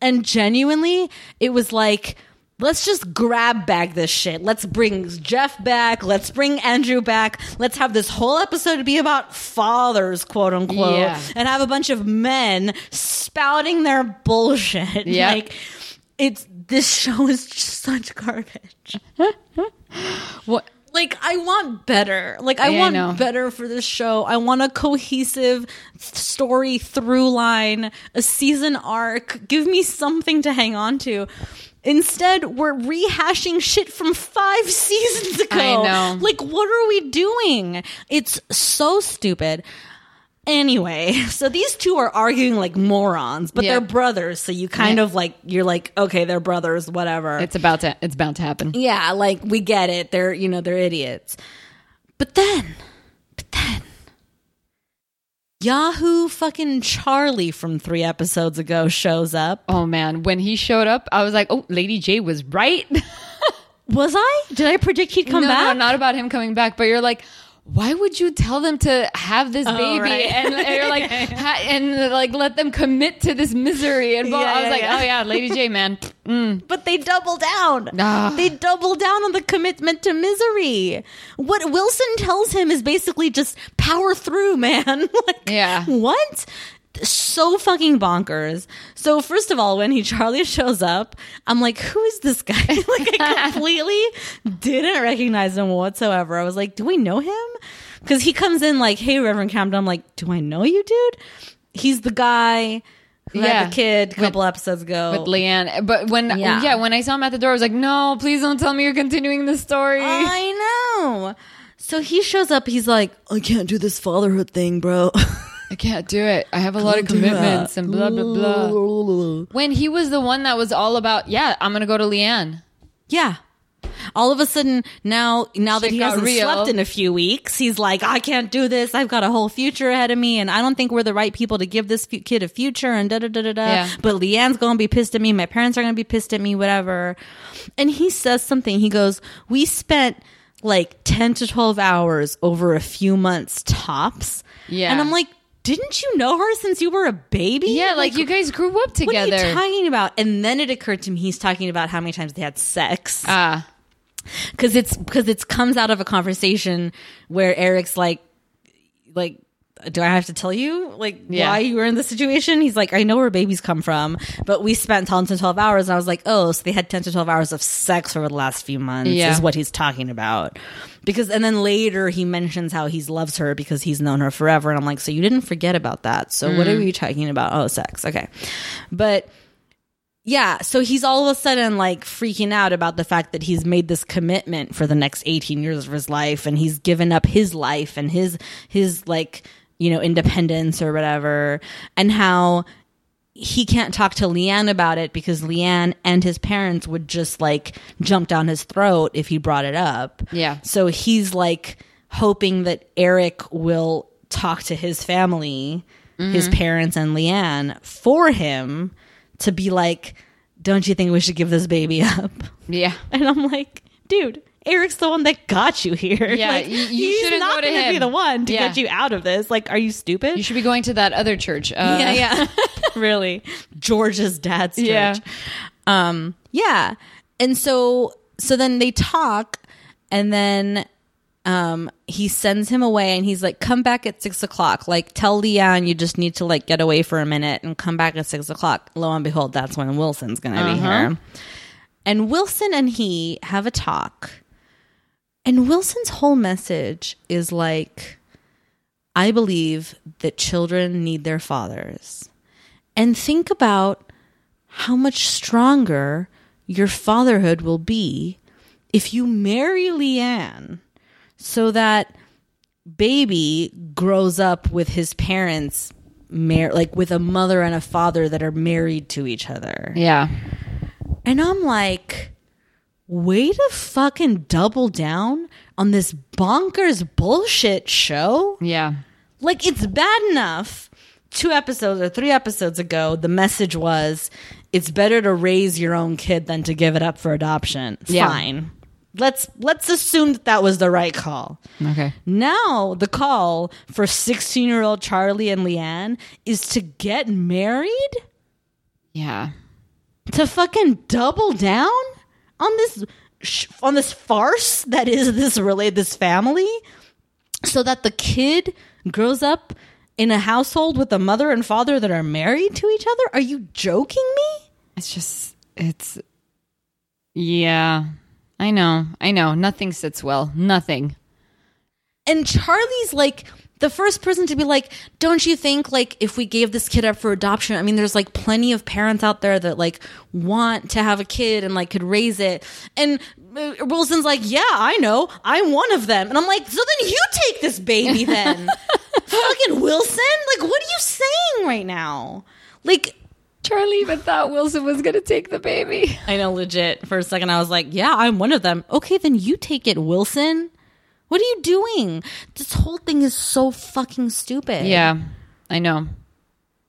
Speaker 1: And genuinely, it was like, let's just grab bag this shit. Let's bring Jeff back. Let's bring Andrew back. Let's have this whole episode be about fathers, quote unquote,
Speaker 2: Yeah.
Speaker 1: (laughs) and have a bunch of men spouting their bullshit.
Speaker 2: Yeah.
Speaker 1: Like, it's this show is just such garbage.
Speaker 2: (laughs) What?
Speaker 1: Like I want better. Like I
Speaker 2: Yeah, I
Speaker 1: want
Speaker 2: know.
Speaker 1: better for this show. I want a cohesive th- story through line, a season arc. Give me something to hang on to. Instead, we're rehashing shit from five (laughs) seasons ago.
Speaker 2: I know.
Speaker 1: Like, what are we doing? It's so stupid. Anyway, (laughs) so these two are arguing like morons, but
Speaker 2: Yeah.
Speaker 1: they're brothers, so you kind
Speaker 2: Yeah.
Speaker 1: of like you're like, okay, they're brothers, whatever.
Speaker 2: It's about to. It's bound to happen.
Speaker 1: yeah, like we get it. They're, you know, they're idiots. But then, but then Yahoo fucking Charlie from 3 episodes ago shows up.
Speaker 2: Oh man, when he showed up, I was like, "Oh, Lady J was right." (laughs)
Speaker 1: Was I? Did I predict he'd come
Speaker 2: no,
Speaker 1: back?
Speaker 2: no, not about him coming back, but you're like, why would you tell them to have this baby
Speaker 1: Oh, right.
Speaker 2: (laughs) and, and
Speaker 1: (laughs)
Speaker 2: you're like, ha, and like let them commit to this misery? And blah.
Speaker 1: Yeah,
Speaker 2: I was
Speaker 1: yeah,
Speaker 2: like,
Speaker 1: yeah.
Speaker 2: oh yeah, Lady
Speaker 1: (laughs)
Speaker 2: J, man.
Speaker 1: But they double down.
Speaker 2: Ah.
Speaker 1: They double down on the commitment to misery. What Wilson tells him is basically just power through, (laughs) man. like,
Speaker 2: Yeah.
Speaker 1: What? So fucking bonkers. So first of all, when he Charlie shows up, I'm like, who is this guy? (laughs) like
Speaker 2: (laughs)
Speaker 1: I completely didn't recognize him whatsoever. I was like, do we know him? Because he comes in like, hey, Reverend Camden. I'm like, do I know you, dude? He's the guy who
Speaker 2: Yeah.
Speaker 1: had the kid a
Speaker 2: With-
Speaker 1: couple episodes ago.
Speaker 2: With Leanne, but when
Speaker 1: Oh. Yeah.
Speaker 2: yeah. when I saw him at the door, I was like, "No, please don't tell me you're continuing the story."
Speaker 1: I know. So he shows up. He's like, I can't do this fatherhood thing, bro.
Speaker 2: (laughs)
Speaker 1: (laughs)
Speaker 2: I can't do it. I have a lot of commitments and blah blah blah. when he was the one that was all about, yeah, I'm gonna go to Leanne.
Speaker 1: yeah. All of a sudden, now now that
Speaker 2: Shit
Speaker 1: he
Speaker 2: got
Speaker 1: hasn't
Speaker 2: real.
Speaker 1: slept in a few weeks, he's like, I can't do this. I've got a whole future ahead of me, and I don't think we're the right people to give this fu- kid a future. And da da da da da.
Speaker 2: Yeah.
Speaker 1: But Leanne's gonna be pissed at me. My parents are gonna be pissed at me. Whatever. And he says something. He goes, "We spent like ten to twelve hours over a few months tops."
Speaker 2: Yeah.
Speaker 1: And I'm like, didn't you know her since you were a baby?
Speaker 2: Yeah, like, you guys grew up
Speaker 1: What
Speaker 2: together.
Speaker 1: are you talking about? And then it occurred to me he's talking about how many times they had sex
Speaker 2: ah,
Speaker 1: because it's because it comes out of a conversation where Eric's like, like, do I have to tell you like
Speaker 2: Yeah.
Speaker 1: why you were in this situation? He's like, I know where babies come from, but we spent ten to twelve hours, and I was like, oh, so they had ten to twelve hours of sex over the last few months
Speaker 2: Yeah.
Speaker 1: is what he's talking about. Because and then later he mentions how he loves her because he's known her forever, and I'm like, so you didn't forget about that. So what are you talking about? Oh, sex, okay, but. Yeah, so he's all of a sudden like freaking out about the fact that he's made this commitment for the next 18 years of his life and he's given up his life and his his like, you know, independence or whatever and how he can't talk to Leanne about it because Leanne and his parents would just like jump down his throat if he brought it up.
Speaker 2: Yeah.
Speaker 1: So he's like hoping that Eric will talk to his family, his
Speaker 2: Mm-hmm.
Speaker 1: parents, and Leanne for him to be like, don't you think we should give this baby up? (laughs)
Speaker 2: yeah.
Speaker 1: And I'm like, dude, Eric's the one that got you here. (laughs)
Speaker 2: Yeah,
Speaker 1: like,
Speaker 2: you- you
Speaker 1: he's
Speaker 2: shouldn't
Speaker 1: not
Speaker 2: go to
Speaker 1: gonna be
Speaker 2: him.
Speaker 1: the one to
Speaker 2: Yeah.
Speaker 1: get you out of this. Like, are you stupid?
Speaker 2: You should be going to that other church. Uh,
Speaker 1: yeah, yeah. (laughs) really. George's dad's church.
Speaker 2: Yeah.
Speaker 1: Um, yeah. And so so then they talk and then um he sends him away and he's like, Come back at six o'clock. Like tell Leon you just need to like get away for a minute and come back at six o'clock. Lo and behold, that's when Wilson's gonna be here. And Wilson and he have a talk. And Wilson's whole message is like, I believe that children need their fathers. And think about how much stronger your fatherhood will be if you marry Leanne so that baby grows up with his parents mar- like with a mother and a father that are married to each other.
Speaker 2: Yeah.
Speaker 1: And I'm like, way to fucking double down on this bonkers bullshit show.
Speaker 2: Yeah.
Speaker 1: Like, it's bad enough. Two episodes or three episodes ago, the message was it's better to raise your own kid than to give it up for adoption.
Speaker 2: Yeah.
Speaker 1: Fine. Let's let's assume that that was the right call.
Speaker 2: Okay.
Speaker 1: Now the call for 16-year-old Charlie and Leanne is to get married?
Speaker 2: Yeah.
Speaker 1: to fucking double down on this sh- on this farce that is this relay this family so that the kid grows up in a household with a mother and father that are married to each other are you joking me
Speaker 2: It's just, it's, yeah. I know. I know. Nothing sits well. Nothing.
Speaker 1: and charlie's like the first person to be like don't you think like if we gave this kid up for adoption i mean there's like plenty of parents out there that like want to have a kid and like could raise it and uh, wilson's like yeah i know i'm one of them and i'm like so then you take this baby then fucking fucking Wilson? Like, what are you saying right now? Like,
Speaker 2: Charlie even thought Wilson was going to take the baby.
Speaker 1: (laughs) I know, legit. For a second, I was like, yeah, I'm one of them. Okay, then you take it, Wilson. What are you doing? This whole thing is so fucking stupid.
Speaker 2: Yeah, I know.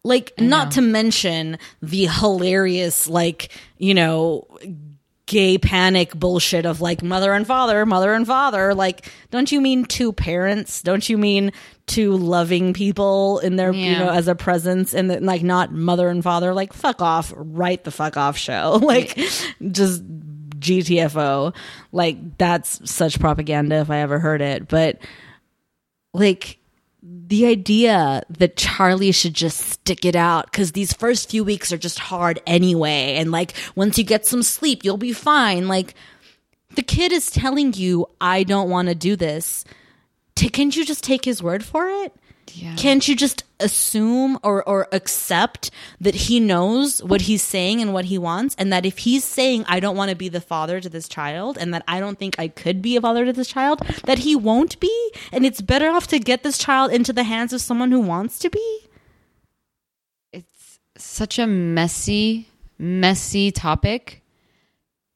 Speaker 1: Like, not to mention the hilarious, like, you know, gay panic bullshit of like mother and father, mother and father. Like, don't you mean two parents? Don't you mean two loving people in their, you
Speaker 2: Yeah.
Speaker 1: know, as a presence and that, like not mother and father? Like, fuck off, right the fuck off show. (laughs) Like, just GTFO. Like, that's such propaganda if I ever heard it. But like, the idea that Charlie should just stick it out because these first few weeks are just hard anyway. And like, once you get some sleep, you'll be fine. Like, the kid is telling you, I don't want to do this. T- can't you just take his word for it?
Speaker 2: Yeah.
Speaker 1: Can't you just assume or, or accept that he knows what he's saying and what he wants? And that if he's saying, I don't want to be the father to this child, and that I don't think I could be a father to this child, that he won't be? And it's better off to get this child into the hands of someone who wants to be?
Speaker 2: It's such a messy, messy topic.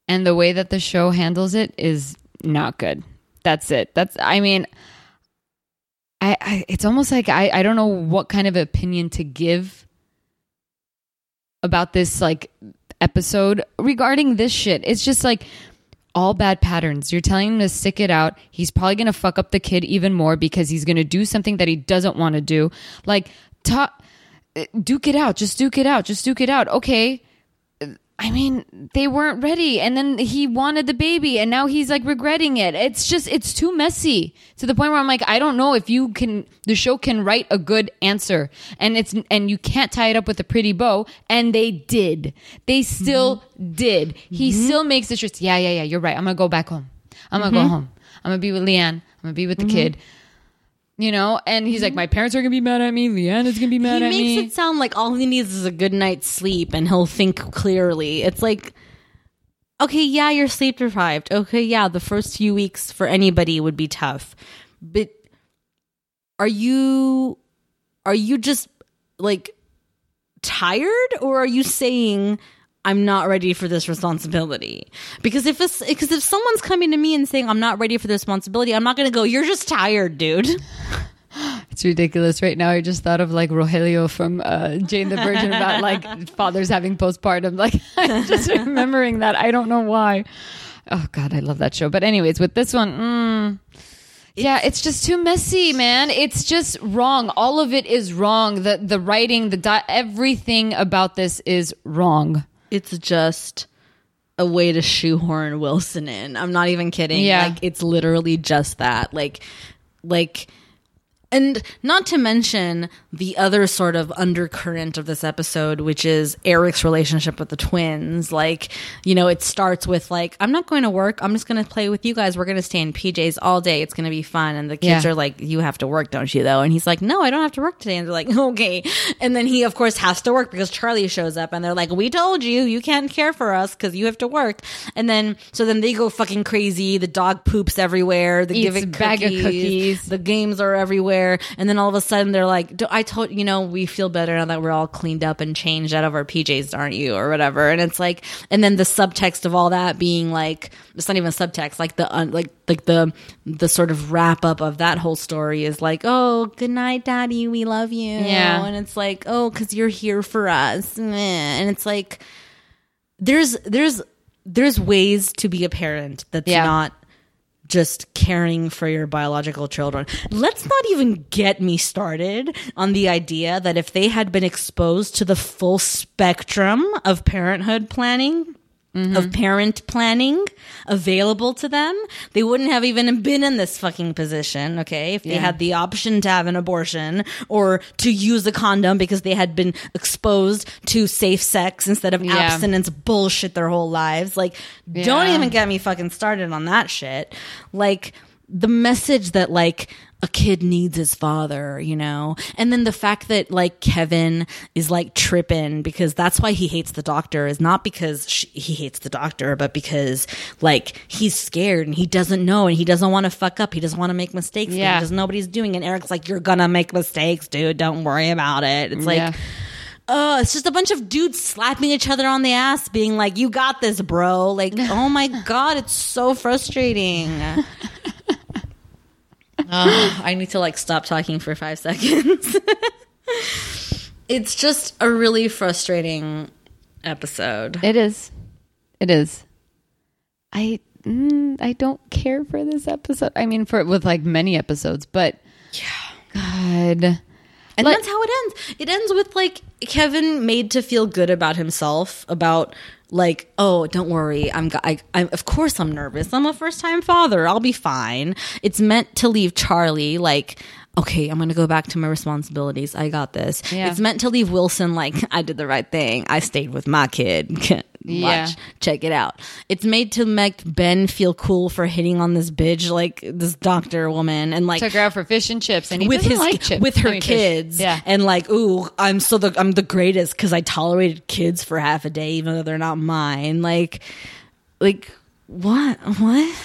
Speaker 2: And the way that the show handles it is not good. That's it. That's, I mean, I, I it's almost like I, I don't know what kind of opinion to give about this like episode regarding this shit. It's just like all bad patterns. You're telling him to stick it out. He's probably going to fuck up the kid even more because he's going to do something that he doesn't want to do. Like ta- eh, duke it out. Just duke it out. Just duke it out. Okay. I mean, they weren't ready and then he wanted the baby and now he's like regretting it. It's just it's too messy to the point where I'm like I don't know if you can the show can write a good answer and it's and you can't tie it up with a pretty bow and they did. They still
Speaker 1: Mm-hmm.
Speaker 2: did. He still makes the choice. Yeah, yeah, yeah, you're right. I'm going to go back home. I'm
Speaker 1: Mm-hmm.
Speaker 2: going to go home. I'm going to be with Leanne. I'm going to be with the kid. You know, and he's like, my parents are gonna be mad at me. Leanne is gonna be mad
Speaker 1: Mm-hmm. he
Speaker 2: at
Speaker 1: makes
Speaker 2: me.
Speaker 1: it sound like all he needs is a good night's sleep and he'll think clearly. It's like, okay, yeah, you're sleep deprived. Okay, yeah, the first few weeks for anybody would be tough. But are you are you just like tired or are you saying I'm not ready for this responsibility? Because if it's because if someone's coming to me and saying I'm not ready for the responsibility, I'm not going to go, you're just tired, dude.
Speaker 2: It's ridiculous. Right now, I just thought of like Rogelio from uh, Jane the Virgin
Speaker 1: (laughs)
Speaker 2: about like fathers having postpartum. (laughs) Like, I'm just remembering that. I don't know why. Oh, God, I love that show. But, anyways, with this one, mm, yeah, it's just too messy, man. It's just wrong. All of it is wrong. The, the writing, the di- everything about this is wrong.
Speaker 1: it's just a way to shoehorn Wilson in. I'm not even kidding.
Speaker 2: Yeah.
Speaker 1: Like it's literally just that. Like like and not to mention the other sort of undercurrent of this episode, which is Eric's relationship with the twins. Like, you know, it starts with like, I'm not going to work. I'm just going to play with you guys. We're going to stay in PJs all day. It's going to be fun. And the kids
Speaker 2: Yeah.
Speaker 1: are like, you have to work, don't you though? And he's like, no, I don't have to work today. And they're like, (laughs) okay. And then he of course has to work because Charlie shows up and they're like, we told you, you can't care for us because you have to work. And then, so then they go fucking crazy. The dog poops everywhere. The
Speaker 2: Eats
Speaker 1: give
Speaker 2: a
Speaker 1: it
Speaker 2: bag of cookies.
Speaker 1: the games are everywhere and then all of a sudden they're like "Do- i told you know we feel better now that we're all cleaned up and changed out of our pjs aren't you or whatever and it's like and then the subtext of all that being like it's not even subtext like the un, like like the the sort of wrap up of that whole story is like oh good night daddy we love you
Speaker 2: Yeah.
Speaker 1: and it's like oh because you're here for us Meh. and it's like there's there's there's ways to be a parent that's
Speaker 2: Yeah.
Speaker 1: not just caring for your biological children. Let's not even get me started on the idea that if they had been exposed to the full spectrum of parenthood planning,
Speaker 2: Mm-hmm.
Speaker 1: of parent planning available to them, they wouldn't have even been in this fucking position, okay? If they had the option to have an abortion or to use a condom because they had been exposed to safe sex instead of
Speaker 2: Yeah.
Speaker 1: abstinence bullshit their whole lives. Like, don't
Speaker 2: Yeah.
Speaker 1: even get me fucking started on that shit. Like, the message that like a kid needs his father, you know? And then the fact that like Kevin is like tripping because that's why he hates the doctor is not because sh he hates the doctor, but because like he's scared and he doesn't know and he doesn't want to fuck up. He doesn't want to make mistakes
Speaker 2: Yeah.
Speaker 1: because nobody's doing it. And Eric's like, you're going to make mistakes, dude. Don't worry about it. It's like,
Speaker 2: Yeah.
Speaker 1: oh, it's just a bunch of dudes slapping each other on the ass, being like, you got this, bro. (laughs) Like, oh my God, it's so frustrating. (laughs) Ugh, I need to like stop talking for five seconds. (laughs) it's just a really frustrating episode.
Speaker 2: It is. It is. I mm, I don't care for this episode. I mean, for with like many episodes, but yeah, God,
Speaker 1: And that's how it ends. It ends with like Kevin made to feel good about himself about like oh don't worry I'm go- I, I'm of course I'm nervous I'm a first time father I'll be fine. It's meant to leave Charlie like okay I'm going to go back to my responsibilities. I got this.
Speaker 2: Yeah.
Speaker 1: It's meant to leave Wilson like (laughs) I did the right thing. I stayed with my kid. (laughs) Watch
Speaker 2: Yeah.
Speaker 1: check it out. It's made to make Ben feel cool for hitting on this bitch like this doctor woman and like
Speaker 2: took her out for fish and chips, and he
Speaker 1: with
Speaker 2: doesn't
Speaker 1: his
Speaker 2: like chips.
Speaker 1: with
Speaker 2: I
Speaker 1: her
Speaker 2: mean, fish.
Speaker 1: kids
Speaker 2: Yeah,
Speaker 1: and like ooh i'm so the i'm the greatest because i tolerated kids for half a day even though they're not mine like like what what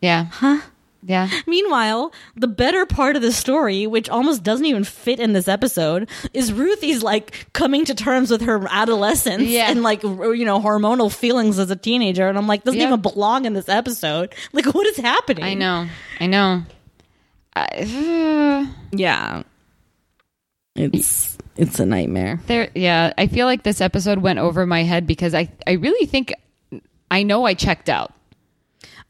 Speaker 2: yeah, huh? Yeah,
Speaker 1: meanwhile the better part of the story which almost doesn't even fit in this episode is ruthie's like coming to terms with her adolescence
Speaker 2: Yeah.
Speaker 1: and like r- you know hormonal feelings as a teenager and i'm like doesn't
Speaker 2: Yeah.
Speaker 1: even belong in this episode like what is happening
Speaker 2: I know, I know. I, (sighs)
Speaker 1: yeah it's it's a nightmare
Speaker 2: There, yeah, I feel like this episode went over my head because I, I really think, I know I checked out.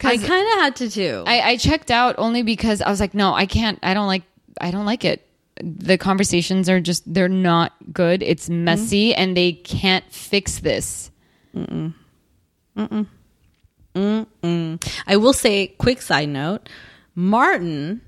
Speaker 1: I
Speaker 2: 'Cause
Speaker 1: kind of had to too.
Speaker 2: I, I checked out only because I was like, no, I can't. I don't like. I don't like it. The conversations are just they're not good. It's
Speaker 1: Mm-hmm.
Speaker 2: messy, and they can't fix this.
Speaker 1: I will say, quick side note Martin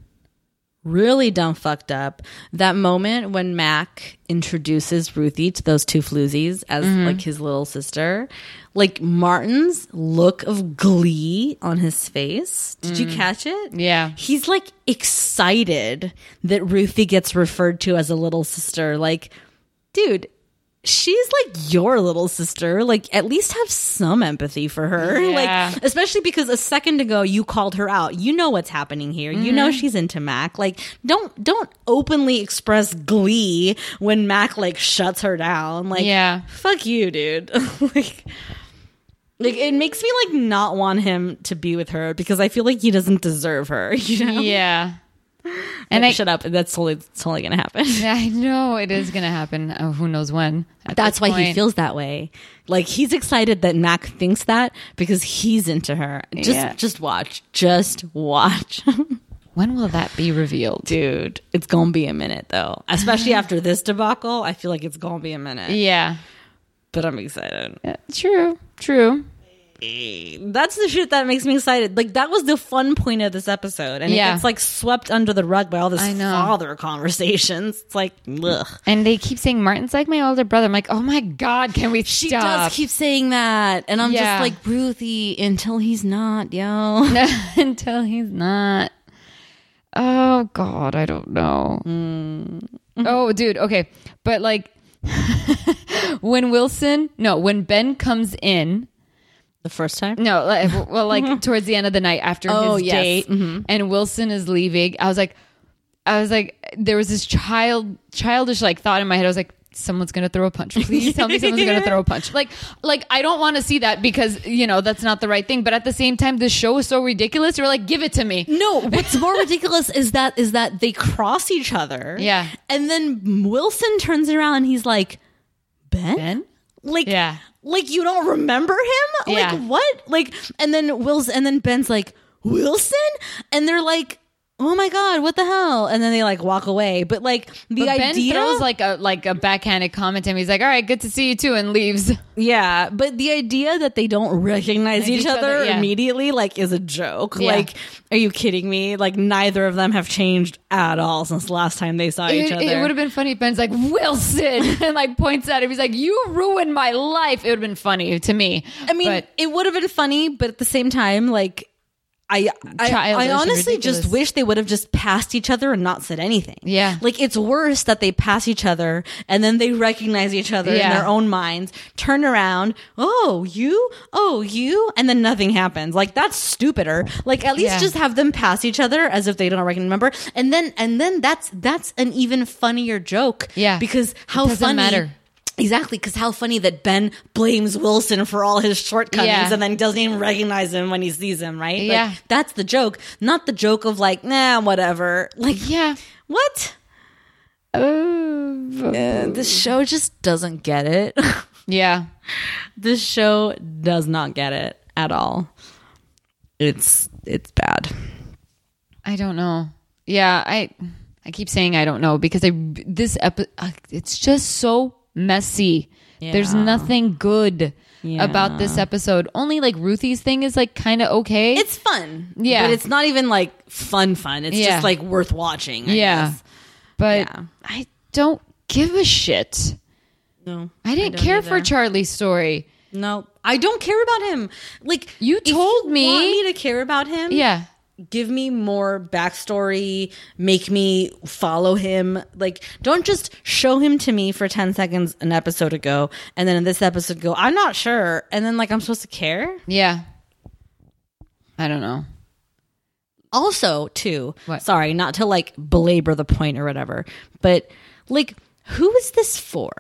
Speaker 1: really dumb fucked up. That moment when Mac introduces Ruthie to those two floozies as like his little sister, like Martin's look of glee on his face. Did you catch it?
Speaker 2: Yeah.
Speaker 1: He's like excited that Ruthie gets referred to as a little sister. Like, dude. She's like your little sister. Like, at least have some empathy for her. (laughs)
Speaker 2: Yeah.
Speaker 1: Like, especially because a second ago you called her out. You know what's happening here. You know
Speaker 2: Mm-hmm.
Speaker 1: she's into Mac. Like don't don't openly express glee when Mac like shuts her down. Like
Speaker 2: Yeah.
Speaker 1: fuck you, dude. (laughs) like like it makes me like not want him to be with her because I feel like he doesn't deserve her. (laughs) You know,
Speaker 2: Yeah, (laughs) and I,
Speaker 1: shut up. That's totally that's totally gonna happen. (laughs)
Speaker 2: I know it is gonna happen. Oh, who knows when? at
Speaker 1: That's
Speaker 2: this
Speaker 1: why he
Speaker 2: point.
Speaker 1: feels that way. Like he's excited that Mac thinks that because he's into her. Just
Speaker 2: Yeah.
Speaker 1: just watch. Just watch. (laughs)
Speaker 2: When will that be revealed?
Speaker 1: dude it's gonna be a minute though especially after this debacle i feel like it's gonna be a minute
Speaker 2: Yeah,
Speaker 1: but i'm excited
Speaker 2: Yeah, true, true.
Speaker 1: that's the shit that makes me excited like that was the fun point of this episode and
Speaker 2: Yeah.
Speaker 1: it gets like swept under the rug by all this
Speaker 2: I know.
Speaker 1: father conversations it's like ugh.
Speaker 2: And they keep saying Martin's like my older brother. I'm like, oh my god, can we
Speaker 1: she
Speaker 2: stop?
Speaker 1: does keep saying that and i'm
Speaker 2: Yeah.
Speaker 1: just like ruthie until he's not yo
Speaker 2: (laughs) until he's not. Oh God, I don't know. Oh, dude, okay, but like (laughs) when Wilson, no, when Ben comes in,
Speaker 1: the first time
Speaker 2: no, like,
Speaker 1: (laughs)
Speaker 2: well, like towards the end of the night after
Speaker 1: Oh,
Speaker 2: his
Speaker 1: yes.
Speaker 2: date, and Wilson is leaving, I was like, I was like, there was this child, childish like thought in my head. I was like. Someone's gonna throw a punch. Please
Speaker 1: (laughs)
Speaker 2: tell me someone's gonna throw a punch. Like, like I don't want to see that because you know that's not the right thing. But at the same time, this show is so ridiculous. You're like, give it to me.
Speaker 1: No, what's more ridiculous is that is that they cross each other.
Speaker 2: Yeah.
Speaker 1: And then Wilson turns around and he's like, Ben?
Speaker 2: Ben?
Speaker 1: Like
Speaker 2: Yeah.
Speaker 1: like you don't remember him?
Speaker 2: Yeah.
Speaker 1: Like what? Like and then Wilson and then Ben's like, Wilson? And they're like, Oh my god, what the hell? And then they like walk away. But like the
Speaker 2: But ben
Speaker 1: idea
Speaker 2: throws like a like a backhanded comment to him. He's like, "All right, good to see you too," and leaves.
Speaker 1: Yeah, but the idea that they don't recognize each,
Speaker 2: each
Speaker 1: other,
Speaker 2: other, yeah.
Speaker 1: immediately like is a joke.
Speaker 2: Yeah.
Speaker 1: Like, are you kidding me? Like, neither of them have changed at all since the last time they saw each
Speaker 2: It,
Speaker 1: other.
Speaker 2: would have been funny if Ben's like Wilson (laughs) and like points at him. He's like, "You ruined my life." It would have been funny to me.
Speaker 1: I mean,
Speaker 2: but
Speaker 1: it would have been funny, but at the same time, like, I I,
Speaker 2: Childish
Speaker 1: I
Speaker 2: and
Speaker 1: honestly just
Speaker 2: ridiculous.
Speaker 1: wish they would have just passed each other and not said anything.
Speaker 2: Yeah.
Speaker 1: Like it's worse that they pass each other and then they recognize each other in
Speaker 2: Yeah.
Speaker 1: their own minds, turn around, oh, you, oh, you, and then nothing happens. Like that's stupider. Like at least
Speaker 2: Yeah.
Speaker 1: just have them pass each other as if they don't already remember. And then and then that's that's an even funnier joke.
Speaker 2: Yeah.
Speaker 1: Because
Speaker 2: It
Speaker 1: how
Speaker 2: doesn't
Speaker 1: funny
Speaker 2: matter.
Speaker 1: Exactly, because how funny that Ben blames Wilson for all his shortcomings
Speaker 2: Yeah.
Speaker 1: and then doesn't even recognize him when he sees him, right? Like,
Speaker 2: Yeah.
Speaker 1: that's the joke, not the joke of like, nah, whatever. Like,
Speaker 2: Yeah.
Speaker 1: what? Uh, this show just doesn't get it. (laughs)
Speaker 2: Yeah.
Speaker 1: this show does not get it at all. It's it's bad.
Speaker 2: I don't know. Yeah, I I keep saying I don't know because I this epi- uh, it's just so messy. There's
Speaker 1: Yeah.
Speaker 2: nothing good about this episode. Only like Ruthie's thing is like kind of okay.
Speaker 1: It's fun,
Speaker 2: Yeah.
Speaker 1: but it's not even like fun fun. It's
Speaker 2: Yeah.
Speaker 1: just like worth watching. I
Speaker 2: yeah.
Speaker 1: guess.
Speaker 2: But
Speaker 1: Yeah.
Speaker 2: I don't give a shit.
Speaker 1: no,
Speaker 2: I didn't
Speaker 1: don't
Speaker 2: care for
Speaker 1: either.
Speaker 2: Charlie's story.
Speaker 1: No, I don't care about him. Like
Speaker 2: You
Speaker 1: if
Speaker 2: told me-
Speaker 1: want me to care about him.
Speaker 2: Yeah.
Speaker 1: give me more backstory, make me follow him. Like, don't just show him to me for 10 seconds an episode ago, and then in this episode go, I'm not sure. And then, like, I'm supposed to care.
Speaker 2: Yeah. I don't know.
Speaker 1: Also, too,
Speaker 2: What?
Speaker 1: sorry, not to like belabor the point or whatever, but like, who is this for?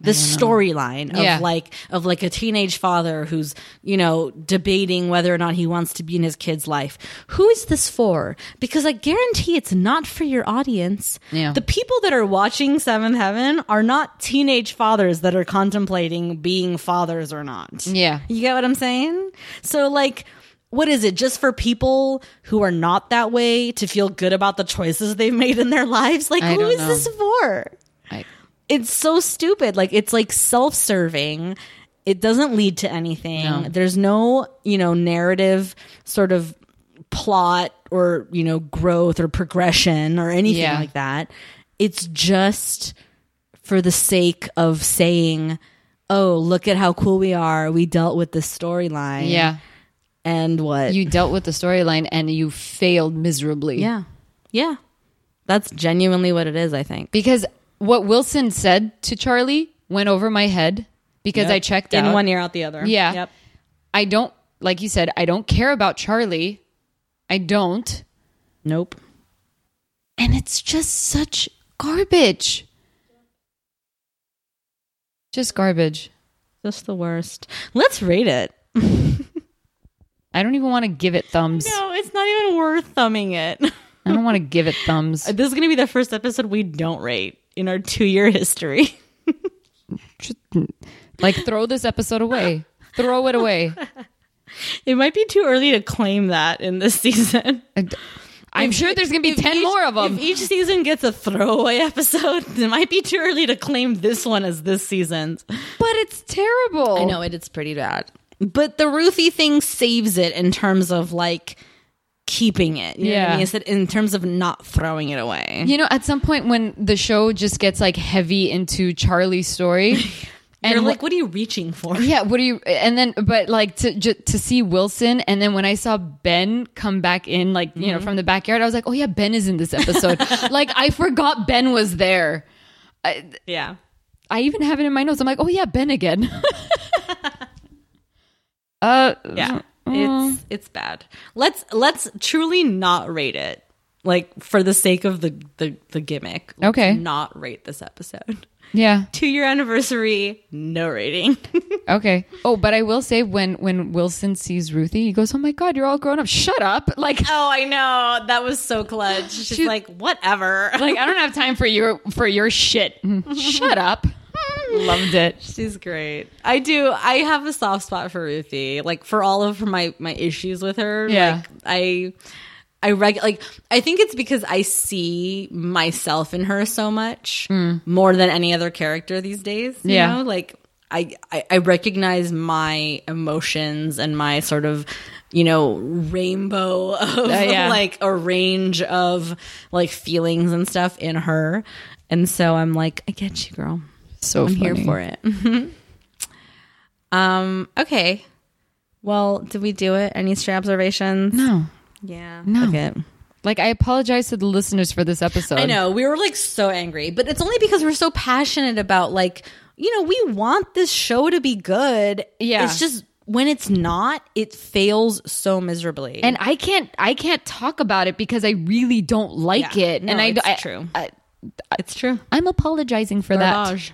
Speaker 1: This storyline of
Speaker 2: Yeah.
Speaker 1: like of like a teenage father who's you know debating whether or not he wants to be in his kid's life. Who is this for? Because I guarantee it's not for your audience.
Speaker 2: Yeah.
Speaker 1: The people that are watching Seventh Heaven are not teenage fathers that are contemplating being fathers or not.
Speaker 2: Yeah.
Speaker 1: You get what I'm saying? So like what is it just for people who are not that way to feel good about the choices they've made in their lives? Like
Speaker 2: I
Speaker 1: who
Speaker 2: don't
Speaker 1: is
Speaker 2: know.
Speaker 1: this for?
Speaker 2: I
Speaker 1: It's so stupid. Like it's like self-serving. It doesn't lead to anything. There's no, you know, narrative sort of plot or, you know, growth or progression or anything
Speaker 2: Yeah.
Speaker 1: like that. It's just for the sake of saying, "Oh, look at how cool we are. We dealt with this storyline."
Speaker 2: yeah.
Speaker 1: and what
Speaker 2: You dealt with the storyline and you failed miserably.
Speaker 1: yeah yeah that's genuinely what it is i think
Speaker 2: because what Wilson said to Charlie went over my head because I checked
Speaker 1: in
Speaker 2: out.
Speaker 1: one ear out the other
Speaker 2: Yeah.
Speaker 1: yep
Speaker 2: I don't like you said. I don't care about Charlie. I don't,
Speaker 1: nope
Speaker 2: and it's just such garbage. Just garbage.
Speaker 1: just the worst let's rate it
Speaker 2: I don't even want to give it thumbs.
Speaker 1: no it's not even worth thumbing it
Speaker 2: I don't want
Speaker 1: (laughs)
Speaker 2: to give it thumbs.
Speaker 1: this is gonna be the first episode we don't rate in our two-year history (laughs)
Speaker 2: Like throw this episode away. throw
Speaker 1: (laughs)
Speaker 2: it away.
Speaker 1: it might be too early to claim that in this (laughs) season
Speaker 2: And I'm sure there's gonna be ten
Speaker 1: each-
Speaker 2: more of them.
Speaker 1: If each season gets a throwaway (laughs) episode, it might be too early to claim this one as this season's.
Speaker 2: but it's terrible.
Speaker 1: I know it, it's pretty bad. But the Ruthie thing saves it in terms of like keeping it. You Know what I
Speaker 2: Yeah.
Speaker 1: mean? Instead- in terms of not throwing it away.
Speaker 2: You know, at some point when the show just gets like heavy into Charlie's
Speaker 1: (laughs)
Speaker 2: story, and
Speaker 1: You're like,
Speaker 2: wh-
Speaker 1: what are you reaching for?
Speaker 2: (laughs) yeah, what do you? And then, but like to ju- to see Wilson, and then when I saw Ben come back in, like you
Speaker 1: Mm-hmm.
Speaker 2: know, from the backyard, I was like, oh yeah, Ben is in
Speaker 1: (laughs)
Speaker 2: this episode. like I forgot Ben was there.
Speaker 1: Yeah.
Speaker 2: I even have it in my notes. I'm like, oh yeah,
Speaker 1: (laughs)
Speaker 2: Ben again. (laughs) uh,
Speaker 1: Yeah. It's it's bad. Let's let's truly not rate it. Like for the sake of the the, the gimmick. Let's
Speaker 2: Okay.
Speaker 1: Not rate this episode. (laughs)
Speaker 2: yeah,
Speaker 1: Two year anniversary, no rating. (laughs)
Speaker 2: okay. Oh, but I will say when when Wilson sees Ruthie, he goes, oh my god, you're all grown up. Shut up, (laughs) like. uh,
Speaker 1: Oh, I know. That was so clutch. She's
Speaker 2: She-
Speaker 1: like, whatever.
Speaker 2: Like I don't have time for your for your shit.
Speaker 1: (laughs)
Speaker 2: Mm-hmm. Shut up. Loved it.
Speaker 1: She's great. I do. I have a soft spot for Ruthie. Like for all of my my issues with her.
Speaker 2: Yeah.
Speaker 1: Like I I reg like I think it's because I see myself in her so much more than any other character these days. You
Speaker 2: Hmm. Yeah.
Speaker 1: know? Like I, I I recognize my emotions and my sort of you know rainbow of
Speaker 2: Uh, yeah.
Speaker 1: like a range of like feelings and stuff in her. And so I'm like, I get you, girl.
Speaker 2: So
Speaker 1: I'm here for it. um, Mm-hmm. okay. Well, did we do it? Any stray observations?
Speaker 2: No.
Speaker 1: Yeah.
Speaker 2: No.
Speaker 1: Okay.
Speaker 2: Oh, Like I apologize to the listeners for this episode.
Speaker 1: I know we were like so angry, but it's only because we're so passionate about like you know we want this show to be good.
Speaker 2: Yeah.
Speaker 1: it's just when it's not, it fails so miserably.
Speaker 2: And I can't I can't talk about it because I really don't like
Speaker 1: Yeah.
Speaker 2: it.
Speaker 1: No,
Speaker 2: and I
Speaker 1: it's
Speaker 2: I,
Speaker 1: true.
Speaker 2: I,
Speaker 1: it's true.
Speaker 2: am apologizing for
Speaker 1: Garbage.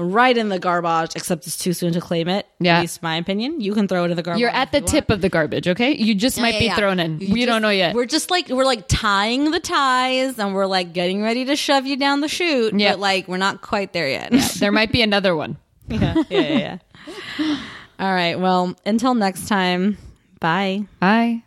Speaker 1: Right in the garbage, except it's too soon to claim it.
Speaker 2: Yeah.
Speaker 1: At least my opinion. You can throw it in the
Speaker 2: that.
Speaker 1: garbage.
Speaker 2: You're at the
Speaker 1: if you want.
Speaker 2: tip of the garbage, okay? You just might
Speaker 1: Yeah,
Speaker 2: be
Speaker 1: yeah,
Speaker 2: thrown in.
Speaker 1: You
Speaker 2: we
Speaker 1: just-
Speaker 2: don't know yet.
Speaker 1: We're just like we're like tying the ties and we're like getting ready to shove you down the chute,
Speaker 2: Yeah.
Speaker 1: but like we're not quite there yet.
Speaker 2: there might be another one.
Speaker 1: yeah, (laughs) yeah, yeah. All right. Well, until next time. Bye.
Speaker 2: Bye.